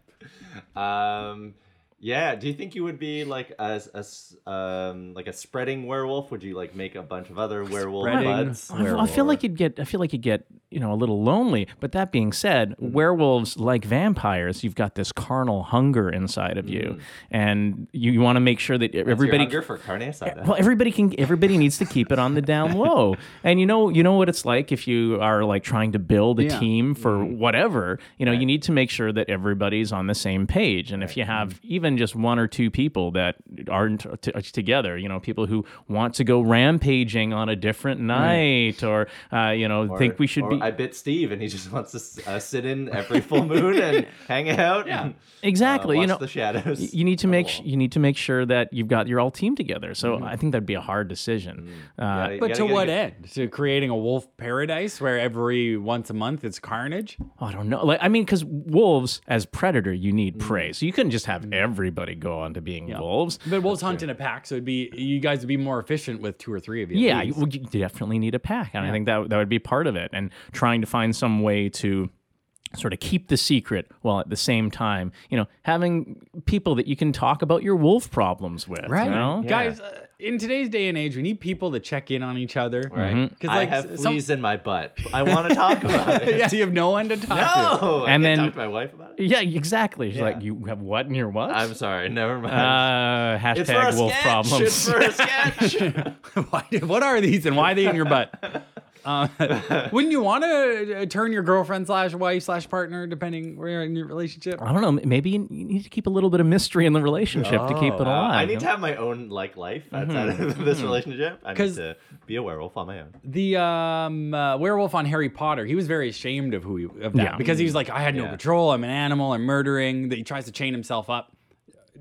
Speaker 1: um, yeah. Do you think you would be like a, a s- um like a spreading werewolf? Would you like make a bunch of other werewolf
Speaker 2: Spreading
Speaker 1: buds?
Speaker 3: I- I feel like you'd get. I feel like you'd get. You know, a little lonely. But that being said,
Speaker 1: Mm.
Speaker 3: werewolves like vampires, you've got this carnal hunger inside of you, and you, you want to make sure that
Speaker 1: Everybody
Speaker 3: everybody
Speaker 1: Mm. hunger for carne asada.
Speaker 3: Well, everybody can. Everybody needs to keep it on the down low, and you know, you know what it's like if you are like trying to build a
Speaker 2: Yeah.
Speaker 3: team for whatever. You know, you need to make sure that everybody's on the same page, and if you have
Speaker 1: Mm-hmm.
Speaker 3: even just one or two people that aren't t- uh, together, you know, people who want to go rampaging on a different night, or uh, you know, think we should
Speaker 1: Or
Speaker 3: be.
Speaker 1: I uh, bit Steve, and he just wants to s- uh, sit in every full moon and hang out. Yeah, and, uh,
Speaker 3: Exactly, you
Speaker 1: watch
Speaker 3: know,
Speaker 1: the shadows. Oh.
Speaker 3: you need to make sh- you need to make sure that you've got your all team together. So
Speaker 1: Mm-hmm.
Speaker 3: I think that'd be a hard decision. Uh,
Speaker 1: Yeah, you
Speaker 2: But
Speaker 1: gotta
Speaker 2: to
Speaker 1: get a
Speaker 2: what
Speaker 1: good-
Speaker 2: end? To creating a wolf paradise where every once a month it's carnage?
Speaker 3: I don't know. Like I mean, because wolves as predator, you
Speaker 1: Mm.
Speaker 3: need prey, so you couldn't just have everybody go on to being wolves.
Speaker 2: But wolves hunt in a pack, so it'd be you guys would be more efficient with two or three of you. at
Speaker 3: Yeah, you,
Speaker 2: least.
Speaker 3: well, you definitely need a pack, and I think that that would be part of it. And trying to find some way to sort of keep the secret while at the same time, you know, having people that you can talk about your wolf problems with. You know?
Speaker 2: guys. Uh, in today's day and age, we need people to check in on each other,
Speaker 3: Mm-hmm.
Speaker 2: right? Because
Speaker 1: I have fleas in my butt. I want to talk about it.
Speaker 2: yeah, so you have no one to talk to.
Speaker 1: No, I can't
Speaker 3: And then-
Speaker 1: talk to my wife about it.
Speaker 3: Yeah, exactly. She's like, you have what in your what?
Speaker 1: I'm sorry, never mind.
Speaker 3: uh, hashtag
Speaker 1: it's for a
Speaker 3: wolf
Speaker 1: sketch.
Speaker 3: problems.
Speaker 1: It's for a sketch.
Speaker 2: Why do- what are these and why are they in your butt? Uh, wouldn't you want to uh, turn your girlfriend slash wife slash partner, depending where you're in your relationship?
Speaker 3: I don't know. Maybe you need to keep a little bit of mystery in the relationship to keep it
Speaker 1: Uh,
Speaker 3: alive.
Speaker 1: I need to have my own like life outside
Speaker 3: Mm-hmm.
Speaker 1: of this relationship. I need
Speaker 2: 'Cause-
Speaker 1: to be a werewolf on my own.
Speaker 2: The um, uh, werewolf on Harry Potter, he was very ashamed of who he of that
Speaker 3: Yeah.
Speaker 2: because he's like, I had no
Speaker 1: Mm-hmm. Yeah.
Speaker 2: control. I'm an animal. I'm murdering. That he tries to chain himself up.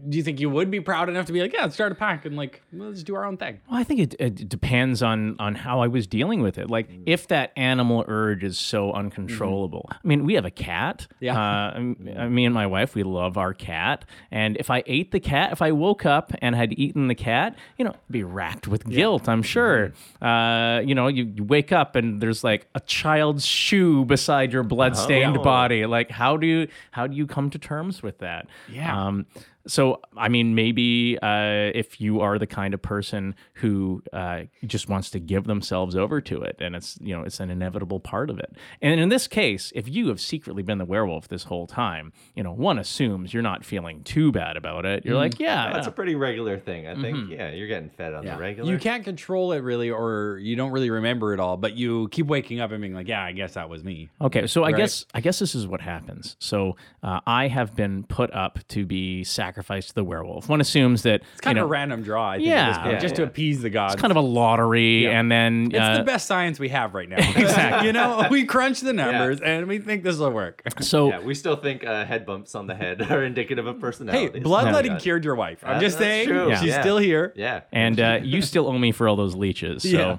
Speaker 2: Do you think you would be proud enough to be like, yeah, let's start a pack and like, well, let's do our own thing?
Speaker 3: Well, I think it, it depends on on how I was dealing with it. Like if that animal urge is so uncontrollable. I mean, we have a cat.
Speaker 2: Mm-hmm. Yeah.
Speaker 3: Uh, m- uh, me and my wife, we love our cat. And if I ate the cat, if I woke up and had eaten the cat, you know, I'd be racked with guilt. I'm sure.
Speaker 2: Mm-hmm.
Speaker 3: Uh, you know, you, you wake up and there's like a child's shoe beside your bloodstained
Speaker 1: Oh.
Speaker 3: body. Like how do you how do you come to terms with that?
Speaker 2: Yeah.
Speaker 3: Um, so, I mean, maybe uh, if you are the kind of person who uh, just wants to give themselves over to it, and it's you know it's an inevitable part of it. And in this case, if you have secretly been the werewolf this whole time, you know one assumes you're not feeling too bad about it.
Speaker 2: Mm-hmm.
Speaker 3: You're like, yeah, Mm-hmm.
Speaker 1: That's
Speaker 3: yeah.
Speaker 1: a pretty regular thing, I think. Yeah, you're getting fed on the regular.
Speaker 2: You can't control it really, or you don't really remember it all, but you keep waking up and being like, yeah, I guess that was me.
Speaker 3: Okay, so I guess I guess this is what happens. So uh, I have been put up to be sacrificed to the werewolf. One assumes that
Speaker 2: It's kind of a random draw, I think, at this
Speaker 3: Yeah.
Speaker 2: point,
Speaker 3: Yeah,
Speaker 2: just to
Speaker 1: yeah.
Speaker 2: appease the gods.
Speaker 3: it's kind of a lottery, and then
Speaker 2: It's
Speaker 3: uh,
Speaker 2: the best science we have right now. exactly. You know, we crunch the numbers and we think this will work.
Speaker 3: so
Speaker 1: yeah, we still think uh, head bumps on the head are indicative of
Speaker 2: Hey,
Speaker 1: personality.
Speaker 2: bloodletting cured your wife. I'm
Speaker 1: Uh,
Speaker 2: just
Speaker 1: that's
Speaker 2: saying,
Speaker 1: true.
Speaker 2: she's
Speaker 1: Yeah.
Speaker 2: still here.
Speaker 1: Yeah.
Speaker 3: and uh, you still owe me for all those leeches. So,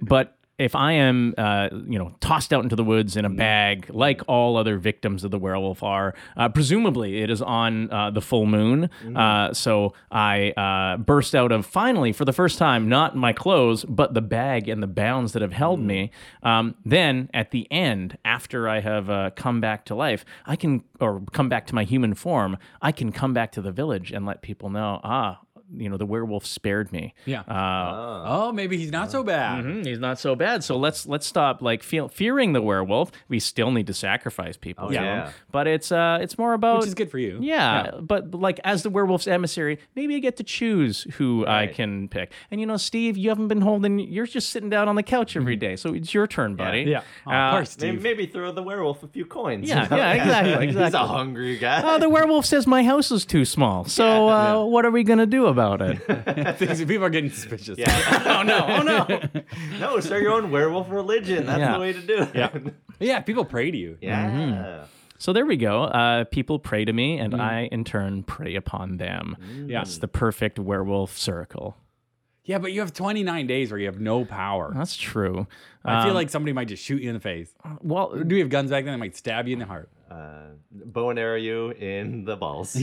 Speaker 3: but if I am, uh, you know, tossed out into the woods in a bag, like all other victims of the werewolf are, uh, presumably it is on uh, the full moon. Uh, so I uh, burst out of finally for the first time, not my clothes, but the bag and the bounds that have held me. Um, then at the end, after I have uh, come back to life, I can, or come back to my human form, I can come back to the village and let people know, ah, you know the werewolf spared me
Speaker 2: Yeah.
Speaker 3: uh,
Speaker 2: Oh, maybe he's not so bad.
Speaker 3: hmm, he's not so bad so let's let's stop like feel, fearing the werewolf we still need to sacrifice people to
Speaker 1: yeah.
Speaker 3: him. but it's uh it's more about
Speaker 2: Which is good for you.
Speaker 3: yeah, but like as the werewolf's emissary, maybe I get to choose who I can pick. And you know, Steve, you haven't been holding. You're just sitting down on the couch every day, so it's your turn, buddy.
Speaker 2: Yeah. Oh,
Speaker 3: Uh,
Speaker 2: poor
Speaker 1: Maybe,
Speaker 2: Steve.
Speaker 1: maybe throw the werewolf a few coins.
Speaker 3: Yeah, yeah, exactly,
Speaker 1: He's
Speaker 3: exactly.
Speaker 1: a hungry guy.
Speaker 3: Oh, the werewolf says my house is too small. So uh, what are we gonna do about it?
Speaker 2: Things- People are getting suspicious.
Speaker 1: yeah.
Speaker 3: oh no! Oh no!
Speaker 1: no, start your own werewolf religion. That's
Speaker 3: Yeah.
Speaker 1: the
Speaker 3: Mm-hmm.
Speaker 1: way to do it. Yeah.
Speaker 2: Yeah, people pray to you.
Speaker 1: yeah.
Speaker 3: So there we go. Uh, people pray to me, and I in turn prey upon them.
Speaker 2: Yeah.
Speaker 3: That's the perfect werewolf circle.
Speaker 2: Yeah, but you have 29 days where you have no power.
Speaker 3: That's true.
Speaker 2: I feel
Speaker 3: Um,
Speaker 2: like somebody might just shoot you in the face.
Speaker 3: well,
Speaker 2: Do we have guns back then? They might stab you in the heart.
Speaker 3: Mm.
Speaker 1: Uh, bow and arrow you in the balls.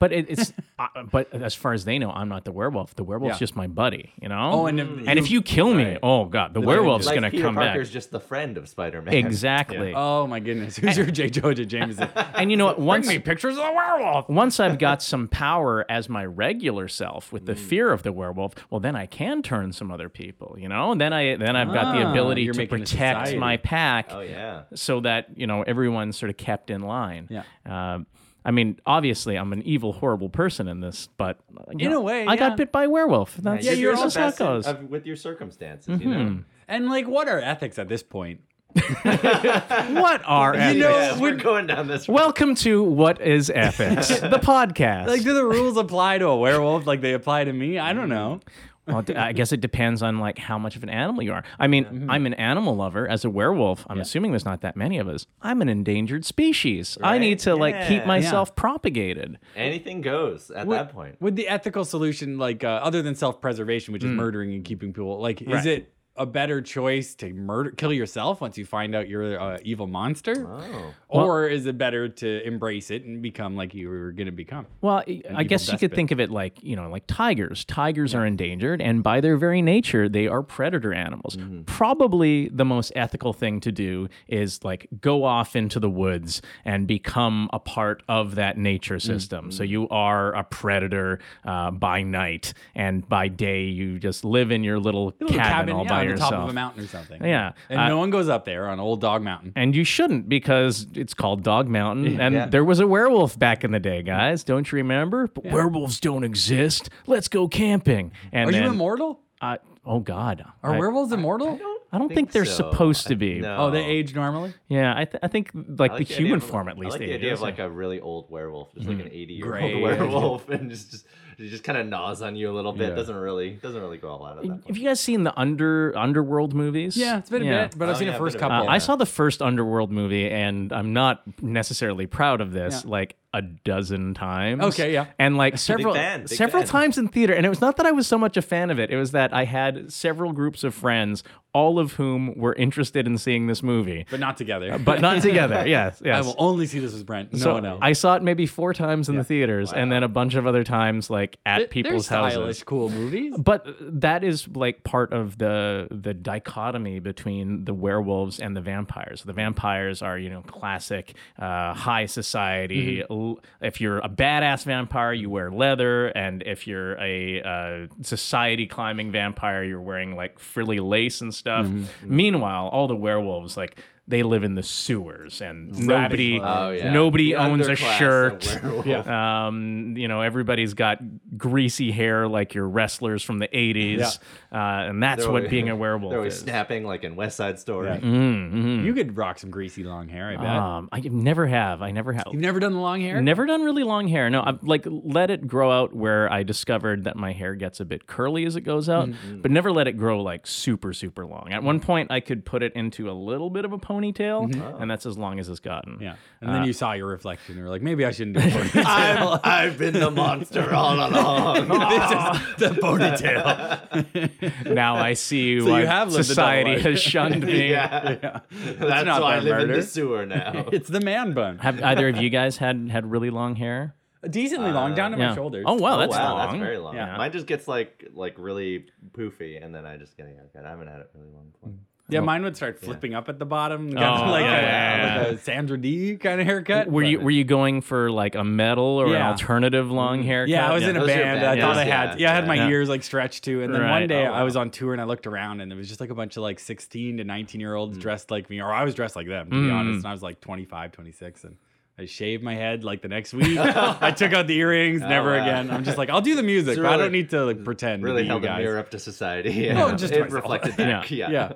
Speaker 3: But it, it's uh, but as far as they know, I'm not the werewolf. The werewolf's
Speaker 2: Yeah.
Speaker 3: just my buddy, you know.
Speaker 2: Oh, and if
Speaker 3: and if you kill me,
Speaker 2: right.
Speaker 3: oh god, the
Speaker 2: legend
Speaker 3: werewolf's
Speaker 2: is-
Speaker 1: Like
Speaker 3: gonna
Speaker 1: Peter
Speaker 3: come
Speaker 1: Parker's
Speaker 3: back.
Speaker 1: just the friend of Spider-Man.
Speaker 3: Exactly.
Speaker 2: Oh my goodness. Who's your J. Joja Jameson?
Speaker 3: And you know what? Once
Speaker 2: Bring me pictures of the werewolf.
Speaker 3: once I've got some power as my regular self with
Speaker 2: Mm.
Speaker 3: the fear of the werewolf, well then I can turn some other people, you know? And then I then I've got the
Speaker 2: Ah,
Speaker 3: ability
Speaker 2: you're
Speaker 3: to
Speaker 2: making a
Speaker 3: protect
Speaker 2: society.
Speaker 3: my pack
Speaker 1: Oh yeah.
Speaker 3: so that, you know, everyone's sort of kept in line.
Speaker 2: Yeah.
Speaker 3: Um, I mean, obviously, I'm an evil, horrible person in this, but you
Speaker 2: In
Speaker 3: know,
Speaker 2: a way,
Speaker 3: I got
Speaker 2: yeah.
Speaker 3: bit by a werewolf. That's
Speaker 2: Yeah, you're
Speaker 3: that's
Speaker 2: all
Speaker 3: just how it
Speaker 1: best in-
Speaker 3: goes.
Speaker 1: of- uh, with your circumstances, you
Speaker 3: Mm-hmm.
Speaker 1: know.
Speaker 2: And like, what are ethics at this point?
Speaker 3: What are ethics?
Speaker 2: You know,
Speaker 1: Yeah, we're
Speaker 2: when-
Speaker 1: going down this. road.
Speaker 3: Welcome to What Is Ethics, the podcast.
Speaker 2: Like, do the rules apply to a werewolf like they apply to me? I don't know.
Speaker 3: Well, d- I guess it depends on like how much of an animal you are. I mean, I'm an animal lover. As a werewolf, I'm assuming there's not that many of us. I'm an endangered species. I
Speaker 1: Right.
Speaker 3: need to like keep
Speaker 1: Yeah.
Speaker 3: myself propagated.
Speaker 1: anything goes at that point.
Speaker 2: Would the ethical solution, like, uh, other than self preservation, which is murdering and keeping people, like, is
Speaker 3: Mm. Right.
Speaker 2: it a better choice to murder, kill yourself once you find out you're an evil monster?
Speaker 1: Oh,
Speaker 2: Or is it better to embrace it and become like you were going to become?
Speaker 3: Well, I- I
Speaker 2: evil
Speaker 3: guess you could
Speaker 2: despot.
Speaker 3: think of it like, you know, like tigers. Tigers are endangered, and by their very nature, they are predator animals.
Speaker 2: Mm-hmm.
Speaker 3: Probably the most ethical thing to do is like go off into the woods and become a part of that
Speaker 2: Mm,
Speaker 3: nature system. So you are a predator uh, by night, and by day, you just live in your little,
Speaker 2: Little
Speaker 3: cabin, all
Speaker 2: yeah,
Speaker 3: by
Speaker 2: on
Speaker 3: yourself.
Speaker 2: the top of a mountain or something.
Speaker 3: Yeah.
Speaker 2: And
Speaker 3: Uh,
Speaker 2: no one goes up there on Old Dog Mountain.
Speaker 3: and you shouldn't because it's called Dog Mountain. And
Speaker 1: Yeah.
Speaker 3: there was a werewolf back in the day, guys. Don't you remember? But werewolves don't exist. Let's go camping. And
Speaker 2: Are you
Speaker 3: then,
Speaker 2: immortal?
Speaker 3: I- oh God,
Speaker 2: Are
Speaker 3: I,
Speaker 2: werewolves immortal?
Speaker 3: I don't think, they're
Speaker 1: so.
Speaker 3: supposed to
Speaker 1: I-
Speaker 3: be.
Speaker 1: no.
Speaker 2: Oh, they age normally?
Speaker 3: Yeah, I, th- I think like,
Speaker 1: I like
Speaker 3: the
Speaker 1: idea
Speaker 3: human
Speaker 1: of-
Speaker 3: form at
Speaker 1: I
Speaker 3: least.
Speaker 1: like the
Speaker 3: ages.
Speaker 1: idea of like a really old werewolf, just
Speaker 3: Mm-hmm.
Speaker 1: like an
Speaker 2: Gray.
Speaker 1: eighty-year-old werewolf, and just just, it just kind of gnaws on you a little bit. Doesn't really doesn't really go all out of that.
Speaker 3: Have you guys seen the under underworld movies?
Speaker 2: Yeah, it's been a
Speaker 3: Yeah.
Speaker 2: bit, but I've
Speaker 1: Oh,
Speaker 2: seen
Speaker 1: yeah,
Speaker 2: the first
Speaker 1: been a bit.
Speaker 2: couple.
Speaker 3: Uh, I saw the first Underworld movie, and I'm not necessarily proud of this.
Speaker 2: Yeah.
Speaker 3: Like a dozen times.
Speaker 2: Okay, yeah.
Speaker 3: And like several
Speaker 1: fan, big
Speaker 3: several
Speaker 1: fan.
Speaker 3: times in theater. And it was not that I was so much a fan of it. It was that I had several groups of friends, all of whom were interested in seeing this movie,
Speaker 2: but not together.
Speaker 3: but not together. yes, yes.
Speaker 2: I will only see this with Brent. No
Speaker 3: so
Speaker 2: one else.
Speaker 3: I saw it maybe four times in the theaters, and then a bunch of other times like at
Speaker 2: They're
Speaker 3: people's
Speaker 2: stylish,
Speaker 3: houses
Speaker 2: cool movies.
Speaker 3: but that is like part of the the dichotomy between the werewolves and the vampires. The vampires are you know classic uh, high society. L- If you're a badass vampire, you wear leather, and if you're a uh, society climbing vampire, you're wearing like frilly lace and stuff. Meanwhile, all the werewolves like. They live in the sewers, and nobody,
Speaker 1: Oh, yeah.
Speaker 3: nobody
Speaker 1: The
Speaker 3: owns a
Speaker 1: underclass of
Speaker 3: shirt.
Speaker 1: werewolf.
Speaker 3: Um, you know, everybody's got greasy hair like your wrestlers from the 80s. Uh, and that's
Speaker 1: They're
Speaker 3: what
Speaker 1: always-
Speaker 3: being a
Speaker 1: They're
Speaker 3: werewolf
Speaker 1: always
Speaker 3: is. Mm, mm-hmm.
Speaker 1: snapping like in West Side Story.
Speaker 2: You could rock some greasy long hair, I bet.
Speaker 3: Um, I never have. I never have.
Speaker 2: You've never done the long hair?
Speaker 3: Never done really long hair. No, I've like let it grow out where I discovered that my hair gets a bit curly as it goes out,
Speaker 2: Mm-hmm.
Speaker 3: but never let it grow like super, super long. At
Speaker 2: Mm.
Speaker 3: one point, I could put it into a little bit of a ponytail, and that's as long as it's gotten.
Speaker 2: Mm-hmm. Yeah. And
Speaker 3: Uh.
Speaker 2: then you saw your reflection. You were like, maybe I shouldn't do a ponytail.
Speaker 1: I've, I've been the monster all along.
Speaker 2: this is the ponytail.
Speaker 3: Now I see
Speaker 2: you
Speaker 3: why
Speaker 2: have lived a double
Speaker 3: society
Speaker 2: life.
Speaker 3: has shunned me.
Speaker 1: yeah. That's
Speaker 2: not
Speaker 1: why I
Speaker 2: by
Speaker 1: live in
Speaker 2: murder.
Speaker 1: the sewer now.
Speaker 2: It's the man bun.
Speaker 3: Have either of you guys had had really long hair?
Speaker 2: Decently long, down to my shoulders.
Speaker 3: Oh wow,
Speaker 1: Oh,
Speaker 3: that's
Speaker 1: wow,
Speaker 3: long.
Speaker 1: that's very long.
Speaker 2: Yeah.
Speaker 1: Mine just gets like like really poofy, and then I just get a haircut. I haven't had it really long. Before.
Speaker 2: Yeah, mine would start flipping up at the bottom. Kind
Speaker 3: Oh,
Speaker 2: of like,
Speaker 3: yeah,
Speaker 2: a,
Speaker 3: yeah,
Speaker 2: like a Sandra D kind of haircut.
Speaker 3: Were
Speaker 2: but-
Speaker 3: you were you going for like a metal or an
Speaker 2: Yeah.
Speaker 3: alternative long haircut?
Speaker 2: Yeah, I was in a
Speaker 1: those are
Speaker 2: band.
Speaker 1: bad
Speaker 2: I thought I
Speaker 1: days,
Speaker 2: had,
Speaker 1: yeah,
Speaker 2: yeah, I had my
Speaker 3: yeah.
Speaker 2: ears like stretched too. And then
Speaker 3: Right,
Speaker 2: one day
Speaker 3: oh,
Speaker 2: I was on tour and I looked around and there was just like a bunch of like 16 to 19 year
Speaker 1: Hmm.
Speaker 2: olds dressed like me, or I was dressed like them to be honest. And I was like 25, 26, and I shaved my head like the next week. I took out the earrings, never
Speaker 1: Oh, wow.
Speaker 2: again. I'm just like, I'll do the music,
Speaker 1: So
Speaker 2: but I
Speaker 1: really-
Speaker 2: don't need to like pretend. to
Speaker 1: Really
Speaker 2: be you
Speaker 1: held a
Speaker 2: guys.
Speaker 1: mirror up to society.
Speaker 2: No, just
Speaker 1: it
Speaker 2: myself.
Speaker 1: reflected back. Yeah.
Speaker 2: Yeah.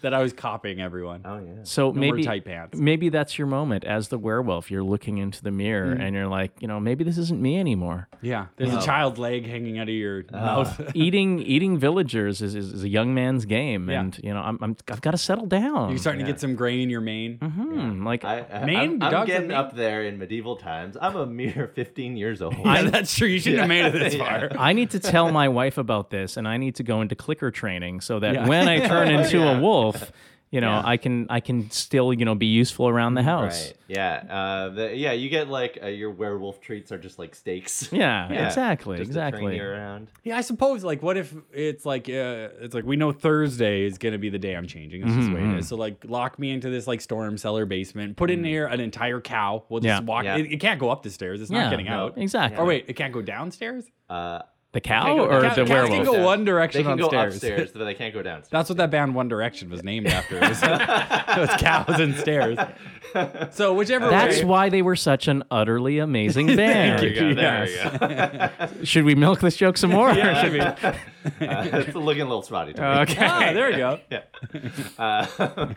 Speaker 2: that I was copying everyone.
Speaker 1: Oh yeah.
Speaker 3: So
Speaker 2: No more
Speaker 3: maybe
Speaker 2: tight pants.
Speaker 3: maybe that's your moment as the werewolf. You're looking into the mirror
Speaker 2: Mm.
Speaker 3: and you're like, you know, maybe this isn't me anymore.
Speaker 2: Yeah,
Speaker 1: Oh.
Speaker 2: there's a child's leg hanging out of your mouth.
Speaker 3: eating eating villagers is, is, is a young man's game,
Speaker 2: Yeah.
Speaker 3: and you know, I'm, I'm I've got to settle down.
Speaker 2: You're starting to get some grain in your mane.
Speaker 3: Hmm, Like
Speaker 1: I, I,
Speaker 2: Maine?
Speaker 1: I'm, I'm
Speaker 2: Dogs are
Speaker 1: getting
Speaker 2: Maine?
Speaker 1: up there in medieval times. I'm a mere 15 years old.
Speaker 2: Yeah, that's true. You shouldn't have made it this far.
Speaker 3: I need to tell my wife about this, and I need to go into clicker training so that when I turn into a wolf, you know, I can I can still you know be useful around
Speaker 2: Mm,
Speaker 3: the house.
Speaker 1: Right. Yeah. Uh, the, yeah. You get like uh, your werewolf treats are just like steaks.
Speaker 3: Yeah, exactly,
Speaker 1: Just to train
Speaker 3: exactly.
Speaker 1: you around.
Speaker 2: Yeah, I suppose. Like, what if it's like uh, it's like we know Thursday is gonna be the day I'm changing. It's just the way
Speaker 3: Mm-hmm,
Speaker 2: it is. So like, lock me into this like storm cellar basement. Put in here an entire cow. We'll just
Speaker 3: Mm. Yeah.
Speaker 2: walk.
Speaker 1: Yeah.
Speaker 2: It, it can't go up the stairs. It's
Speaker 3: Yeah,
Speaker 2: not getting out.
Speaker 3: exactly.
Speaker 2: Or wait, it can't go downstairs.
Speaker 1: Uh,
Speaker 3: The cow
Speaker 2: Can't go
Speaker 3: or
Speaker 2: down-
Speaker 3: the
Speaker 2: cows
Speaker 3: werewolf?
Speaker 2: can go
Speaker 1: down-
Speaker 2: one direction
Speaker 1: they can
Speaker 2: on
Speaker 1: go
Speaker 2: stairs.
Speaker 1: upstairs, but they can't go downstairs.
Speaker 2: That's what that band One Direction was named after. It was, it was cows and stairs. So whichever
Speaker 3: That's
Speaker 2: way.
Speaker 3: why they were such an utterly amazing
Speaker 2: Thank
Speaker 3: band.
Speaker 1: There you go. There
Speaker 2: Yes.
Speaker 1: we go.
Speaker 3: Should we milk this joke some more?
Speaker 1: Uh, it's looking a little spotty. To me.
Speaker 3: okay.
Speaker 2: Ah, there you go.
Speaker 1: Uh, um,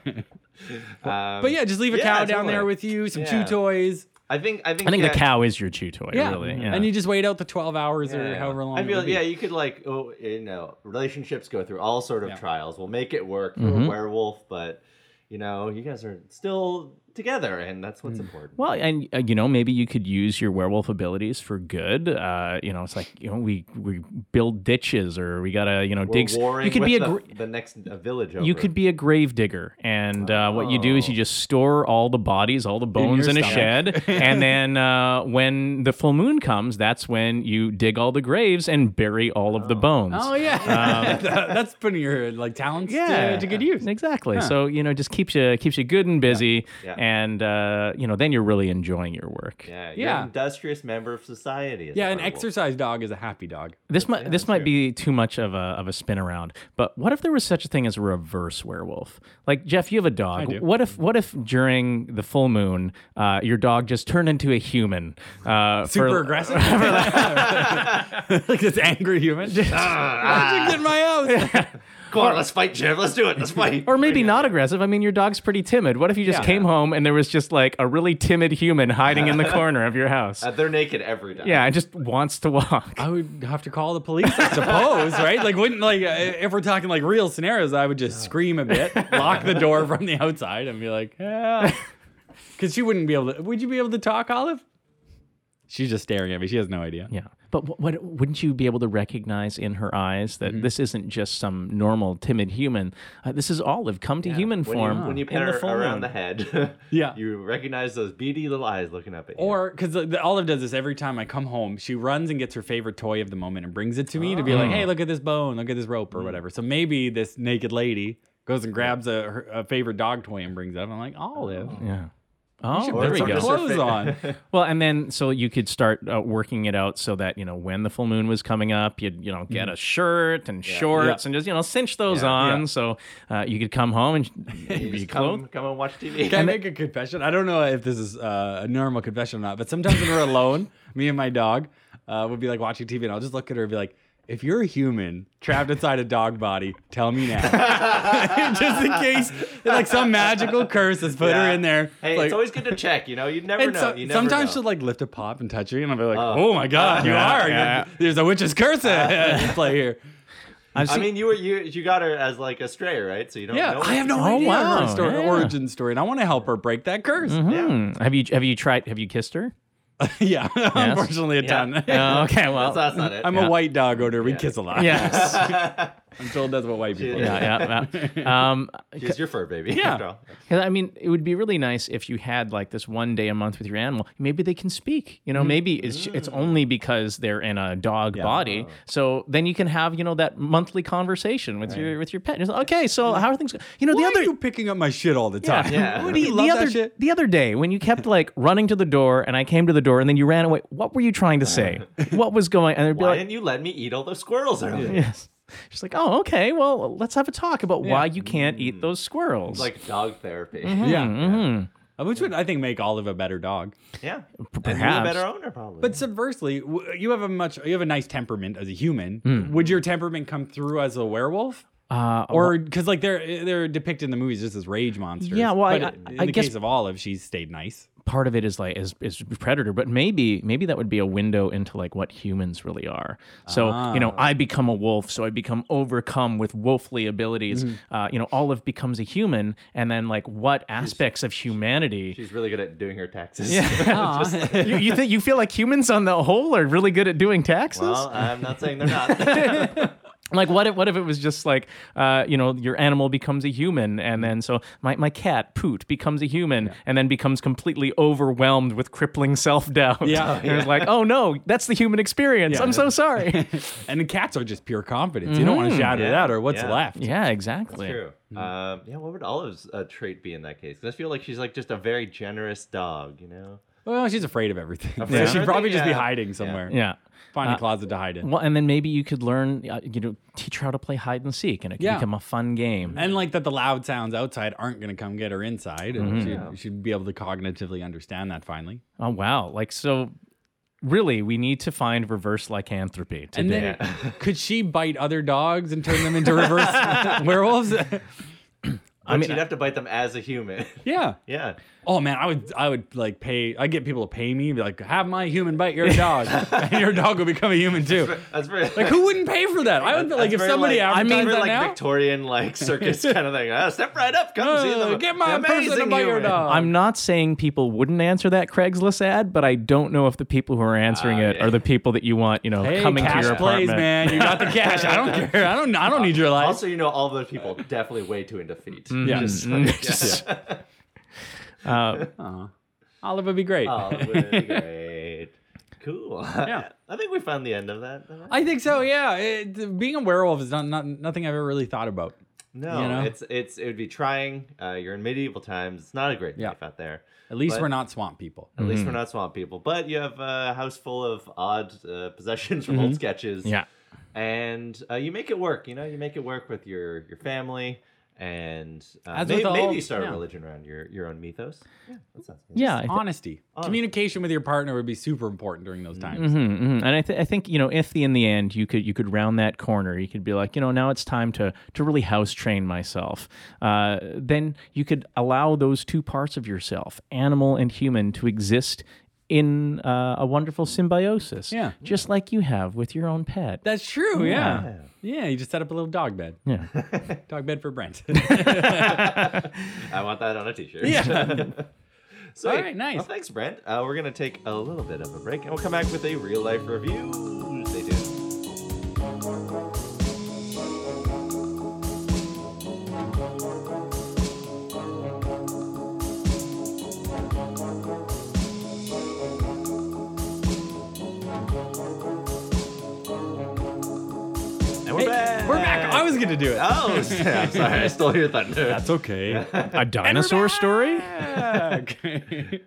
Speaker 2: But yeah, just leave a
Speaker 1: Yeah,
Speaker 2: cow down
Speaker 1: totally.
Speaker 2: there with you, some
Speaker 1: Yeah.
Speaker 2: chew toys.
Speaker 1: I think I think
Speaker 3: I think
Speaker 1: yeah,
Speaker 3: the cow is your chew toy, really. Yeah.
Speaker 2: Mm-hmm. And you just wait out the 12 hours
Speaker 1: yeah,
Speaker 2: or
Speaker 1: yeah.
Speaker 2: however long.
Speaker 1: I feel
Speaker 2: it'll be.
Speaker 1: yeah, you could like oh, you know, relationships go through all sort of
Speaker 2: Yeah.
Speaker 1: trials. We'll make it work for a werewolf, but you know, you guys are still together, and that's
Speaker 3: Mm.
Speaker 1: what's important.
Speaker 3: Well, and uh, you know, maybe you could use your werewolf abilities for good. Uh, you know, it's like you know, we we build ditches, or we gotta you know
Speaker 1: We're
Speaker 3: dig. s-
Speaker 1: warring
Speaker 3: You could
Speaker 1: with
Speaker 3: be a
Speaker 1: the,
Speaker 3: gra-
Speaker 1: the next uh, village. Over.
Speaker 3: you could be a grave digger, and uh, what you do is you just store all the bodies, all the bones in, a
Speaker 2: stomach.
Speaker 3: shed, and then uh, when the full moon comes, that's when you dig all the graves and bury all of the bones.
Speaker 2: Oh
Speaker 3: Um,
Speaker 2: yeah, That- that's putting your like talents yeah. to, good use.
Speaker 3: Exactly. So you know, just keeps you keeps you good and busy,
Speaker 1: Yeah.
Speaker 3: and uh, you know, then you're really enjoying your work.
Speaker 1: yeah, you're
Speaker 2: Yeah.
Speaker 1: an industrious member of society. as a
Speaker 2: Yeah, an
Speaker 1: werewolf.
Speaker 2: exercise dog is a happy dog.
Speaker 3: This might this might be too much of a of a spin around, but what if there was such a thing as a reverse werewolf? Like Jeff, you have a dog. What if what if during the full moon, uh, your dog just turned into a human? Uh,
Speaker 2: Super
Speaker 3: for,
Speaker 2: aggressive, like this angry human. Ah, get in my house.
Speaker 1: Come on, let's fight, Jeff. Let's do it. Let's fight.
Speaker 3: Or maybe not aggressive. I mean, your dog's pretty timid. What if you just
Speaker 2: Yeah.
Speaker 3: came home and there was just like a really timid human hiding in the corner of your house?
Speaker 1: Uh, they're naked every day.
Speaker 3: yeah, and just wants to walk.
Speaker 2: I would have to call the police, I suppose, right? Like, wouldn't like uh, if we're talking like real scenarios, I would just scream a bit, lock the door from the outside, and be like, yeah. Because she wouldn't be able to. Would you be able to talk, Olive? She's just staring at me. She has no idea.
Speaker 3: Yeah. But what, what wouldn't you be able to recognize in her eyes
Speaker 1: Mm-hmm.
Speaker 3: that this isn't just some normal timid human? Uh, this is Olive come to human
Speaker 1: When
Speaker 3: form.
Speaker 1: you, when you
Speaker 3: in
Speaker 1: pet
Speaker 3: the
Speaker 1: her
Speaker 3: full
Speaker 1: around
Speaker 3: moon.
Speaker 1: the head,
Speaker 2: Yeah.
Speaker 1: you recognize those beady little eyes looking up at you.
Speaker 2: Or because Olive does this every time I come home, she runs and gets her favorite toy of the moment and brings it to me to be
Speaker 3: Ah.
Speaker 2: like, "Hey, look at this bone, look at this rope, or
Speaker 3: Mm.
Speaker 2: whatever." So maybe this naked lady goes and grabs a, her, a favorite dog toy and brings it up. I'm like, Olive,
Speaker 3: Yeah. Oh,
Speaker 2: put
Speaker 3: there we
Speaker 2: some
Speaker 1: Or
Speaker 3: go.
Speaker 1: just her
Speaker 2: Clothes
Speaker 1: fa-
Speaker 2: on.
Speaker 3: Well, and then so you could start uh, working it out so that you know when the full moon was coming up, you'd you know get a shirt and shorts
Speaker 2: Yeah.
Speaker 3: and just you know cinch those
Speaker 1: Mm-hmm. Yeah.
Speaker 3: on
Speaker 2: Yeah.
Speaker 3: so uh, you could come home and
Speaker 1: You
Speaker 3: be
Speaker 1: just
Speaker 3: clothed.
Speaker 1: come, come and watch TV.
Speaker 2: Can I make a confession? I don't know if this is uh, a normal confession or not, but sometimes when we're alone, me and my dog uh, will be like watching TV, and I'll just look at her and be like, "If you're a human trapped inside a dog body, tell me now, just in case like some magical curse has put her
Speaker 1: Yeah.
Speaker 2: in there."
Speaker 1: Hey,
Speaker 2: like,
Speaker 1: it's always good to check. You know, you never
Speaker 2: and
Speaker 1: know.
Speaker 2: so-
Speaker 1: you never
Speaker 2: sometimes
Speaker 1: know.
Speaker 2: she'll like lift a pop and touch me, and I'll be like, "Oh my god, you are!
Speaker 3: yeah.
Speaker 2: You're- There's a witch's curse at play here."
Speaker 3: I've
Speaker 1: I
Speaker 3: seen-
Speaker 1: mean, you were you you got her as like a stray, right? So you don't.
Speaker 2: Yeah,
Speaker 1: know
Speaker 2: I have no
Speaker 3: Oh,
Speaker 2: idea
Speaker 3: wow.
Speaker 2: her story,
Speaker 3: Yeah.
Speaker 2: origin story, and I want to help her break that curse.
Speaker 1: Mm-hmm.
Speaker 3: Hmm. have you have you tried? Have you kissed her?
Speaker 2: yeah, unfortunately, a ton.
Speaker 3: Oh, okay, well,
Speaker 1: That's, that's not it.
Speaker 2: I'm a white dog owner. We kiss a lot.
Speaker 3: yes,
Speaker 2: I'm told that's what white people do.
Speaker 1: Yeah.
Speaker 3: yeah, yeah, yeah. Um,
Speaker 1: She's your fur baby.
Speaker 2: Yeah.
Speaker 1: after all.
Speaker 3: 'Cause, I mean, it would be really nice if you had like this one day a month with your animal. Maybe they can speak. You know,
Speaker 2: Mm.
Speaker 3: maybe it's it's only because they're in a dog body. So then you can have you know that monthly conversation with your with your pet. It's like, okay, so how are things? go-" You know,
Speaker 2: Why
Speaker 3: the
Speaker 2: are
Speaker 3: other.
Speaker 2: you picking up my shit all the time?
Speaker 1: Yeah.
Speaker 2: What do
Speaker 1: The-
Speaker 2: you love
Speaker 3: the other
Speaker 2: that shit?
Speaker 3: the other day when you kept like running to the door and I came to the door and then you ran away. What were you trying to say? What was going? And they'd be
Speaker 1: Why
Speaker 3: like,
Speaker 1: didn't you let me eat all those squirrels earlier?
Speaker 3: Yes. She's like, oh, okay. Well, let's have a talk about why you can't eat those squirrels. Mm-hmm.
Speaker 1: Like dog therapy.
Speaker 2: Yeah. Uh, Which would I think make Olive a better dog.
Speaker 1: Yeah, and you're a
Speaker 3: perhaps.
Speaker 1: better owner probably.
Speaker 2: But subversely, w- you have a much you have a nice temperament as a human. Would your temperament come through as a werewolf?
Speaker 3: Hmm. Uh,
Speaker 2: Or because like they're they're depicted in the movies just as rage monsters.
Speaker 3: Yeah, well, I-
Speaker 2: but
Speaker 3: I-
Speaker 2: in
Speaker 3: I
Speaker 2: the
Speaker 3: guess-
Speaker 2: case of Olive, she's stayed nice.
Speaker 3: part of it is like is, is predator but maybe maybe that would be a window into like what humans really are so you know i become a wolf so i become overcome with wolfly abilities uh, you know olive becomes a human and then like what aspects of humanity
Speaker 1: She's really good at doing her taxes.
Speaker 2: Just-
Speaker 3: you, you think you feel like humans on the whole are really good at doing taxes
Speaker 1: well, I'm not saying they're not.
Speaker 3: like what if what if it was just like uh, you know your animal becomes a human and then so my, my cat poot becomes a human and then becomes completely overwhelmed with crippling self-doubt
Speaker 2: Yeah.
Speaker 3: and it's like oh no that's the human experience
Speaker 2: Yeah.
Speaker 3: i'm so sorry
Speaker 2: and the cats are just pure confidence. You don't want to shout it
Speaker 1: Yeah,
Speaker 2: out or what's
Speaker 1: yeah.
Speaker 2: left.
Speaker 3: Mm-hmm. yeah exactly
Speaker 1: True.
Speaker 2: mm.
Speaker 1: Um, yeah, what would Olive's uh, trait be in that case? 'Cause I feel like she's like just a very generous dog, you know?
Speaker 2: Well, she's afraid of everything.
Speaker 1: Afraid
Speaker 2: So
Speaker 1: of
Speaker 2: she'd probably
Speaker 1: everything?
Speaker 2: just be
Speaker 1: Yeah.
Speaker 2: hiding somewhere.
Speaker 3: yeah
Speaker 2: Find
Speaker 3: Uh,
Speaker 2: a closet to hide in.
Speaker 3: well, and then maybe you could learn, uh, you know, teach her how to play hide and seek, and it could
Speaker 2: Yeah.
Speaker 3: become a fun game.
Speaker 2: and like that the loud sounds outside aren't going to come get her inside and
Speaker 1: Mm-hmm.
Speaker 2: she'd, she'd be able to cognitively understand that finally
Speaker 3: Oh wow! Like so, really, we need to find reverse lycanthropy. To
Speaker 2: and
Speaker 3: do-
Speaker 2: then could she bite other dogs and turn them into reverse werewolves
Speaker 1: I mean, she'd have to bite them as a human.
Speaker 2: yeah
Speaker 1: yeah.
Speaker 2: oh man i would i would like pay i get people to pay me be like have my human bite your dog and your dog will become a human too
Speaker 1: That's very.
Speaker 2: like who wouldn't pay for that i would be like if
Speaker 1: that's very,
Speaker 2: somebody
Speaker 1: like,
Speaker 2: advertised
Speaker 1: that's very,
Speaker 2: that
Speaker 1: like
Speaker 2: now
Speaker 1: Victorian like circus kind of thing. Oh, step right up, come see
Speaker 2: uh,
Speaker 1: the
Speaker 2: get my
Speaker 1: the
Speaker 2: person to
Speaker 1: amazing
Speaker 2: bite your
Speaker 1: human.
Speaker 2: dog
Speaker 3: I'm not saying people wouldn't answer that Craigslist ad, but I don't know if the people who are answering
Speaker 1: Ah,
Speaker 3: it
Speaker 1: yeah.
Speaker 3: are the people that you want, you know,
Speaker 2: Hey,
Speaker 3: coming to
Speaker 2: cash
Speaker 3: your
Speaker 2: plays,
Speaker 3: apartment.
Speaker 2: man. You got the cash. I don't care. I don't. I don't need your life.
Speaker 1: Also, you know, all those people definitely way too into feet.
Speaker 3: Mm-hmm.
Speaker 1: Oh,
Speaker 2: Yeah.
Speaker 1: Just-
Speaker 3: Just- Uh,
Speaker 2: Olive would be great.
Speaker 1: Oh, really great. Cool. Yeah. I think we found the end of that.
Speaker 2: I think so. Yeah, it, being a werewolf is not, not nothing I've ever really thought about.
Speaker 1: No,
Speaker 2: you know?
Speaker 1: it's it's it would be trying. Uh, you're in medieval times. It's not a great
Speaker 2: Yeah.
Speaker 1: life
Speaker 2: Mm-hmm.
Speaker 1: out there.
Speaker 2: At least
Speaker 1: But-
Speaker 2: we're not swamp people.
Speaker 1: At
Speaker 3: Uh, mm-hmm.
Speaker 1: least we're not swamp people. But you have a house full of odd uh, possessions from
Speaker 2: Mm-hmm.
Speaker 1: old sketches.
Speaker 3: yeah.
Speaker 1: and uh, you make it work. You know, you make it work with your your family. And uh,
Speaker 2: As
Speaker 1: may,
Speaker 2: with all-
Speaker 1: maybe you start a
Speaker 2: yeah.
Speaker 1: religion around your, your own mythos. Yeah, that sounds good.
Speaker 3: Yeah. I thi-
Speaker 2: Honesty, communication with your partner would be super important during those
Speaker 1: Mm-hmm.
Speaker 2: times.
Speaker 3: Mhm, mhm. And I, th- I think, you know, if the, in the end you could you could round that corner, you could be like, you know, now it's time to to really house train myself. Uh, then you could allow those two parts of yourself, animal and human, to exist in uh, a wonderful symbiosis.
Speaker 2: Yeah.
Speaker 3: Just like you have with your own pet.
Speaker 2: That's true. Yeah. yeah, You just set up a little dog bed.
Speaker 3: yeah.
Speaker 2: Dog bed for Brent.
Speaker 1: I want that on a t shirt.
Speaker 2: yeah.
Speaker 1: So,
Speaker 2: All right, nice.
Speaker 1: Well, thanks, Brent. Uh, we're going to take a little bit of a break and we'll come back with a real life review. Stay tuned. And we're
Speaker 2: Hey,
Speaker 1: back.
Speaker 2: We're back. I was gonna do it.
Speaker 1: Oh, snap. Sorry, I stole your thunder.
Speaker 2: That's okay.
Speaker 3: A dinosaur story?
Speaker 2: Okay.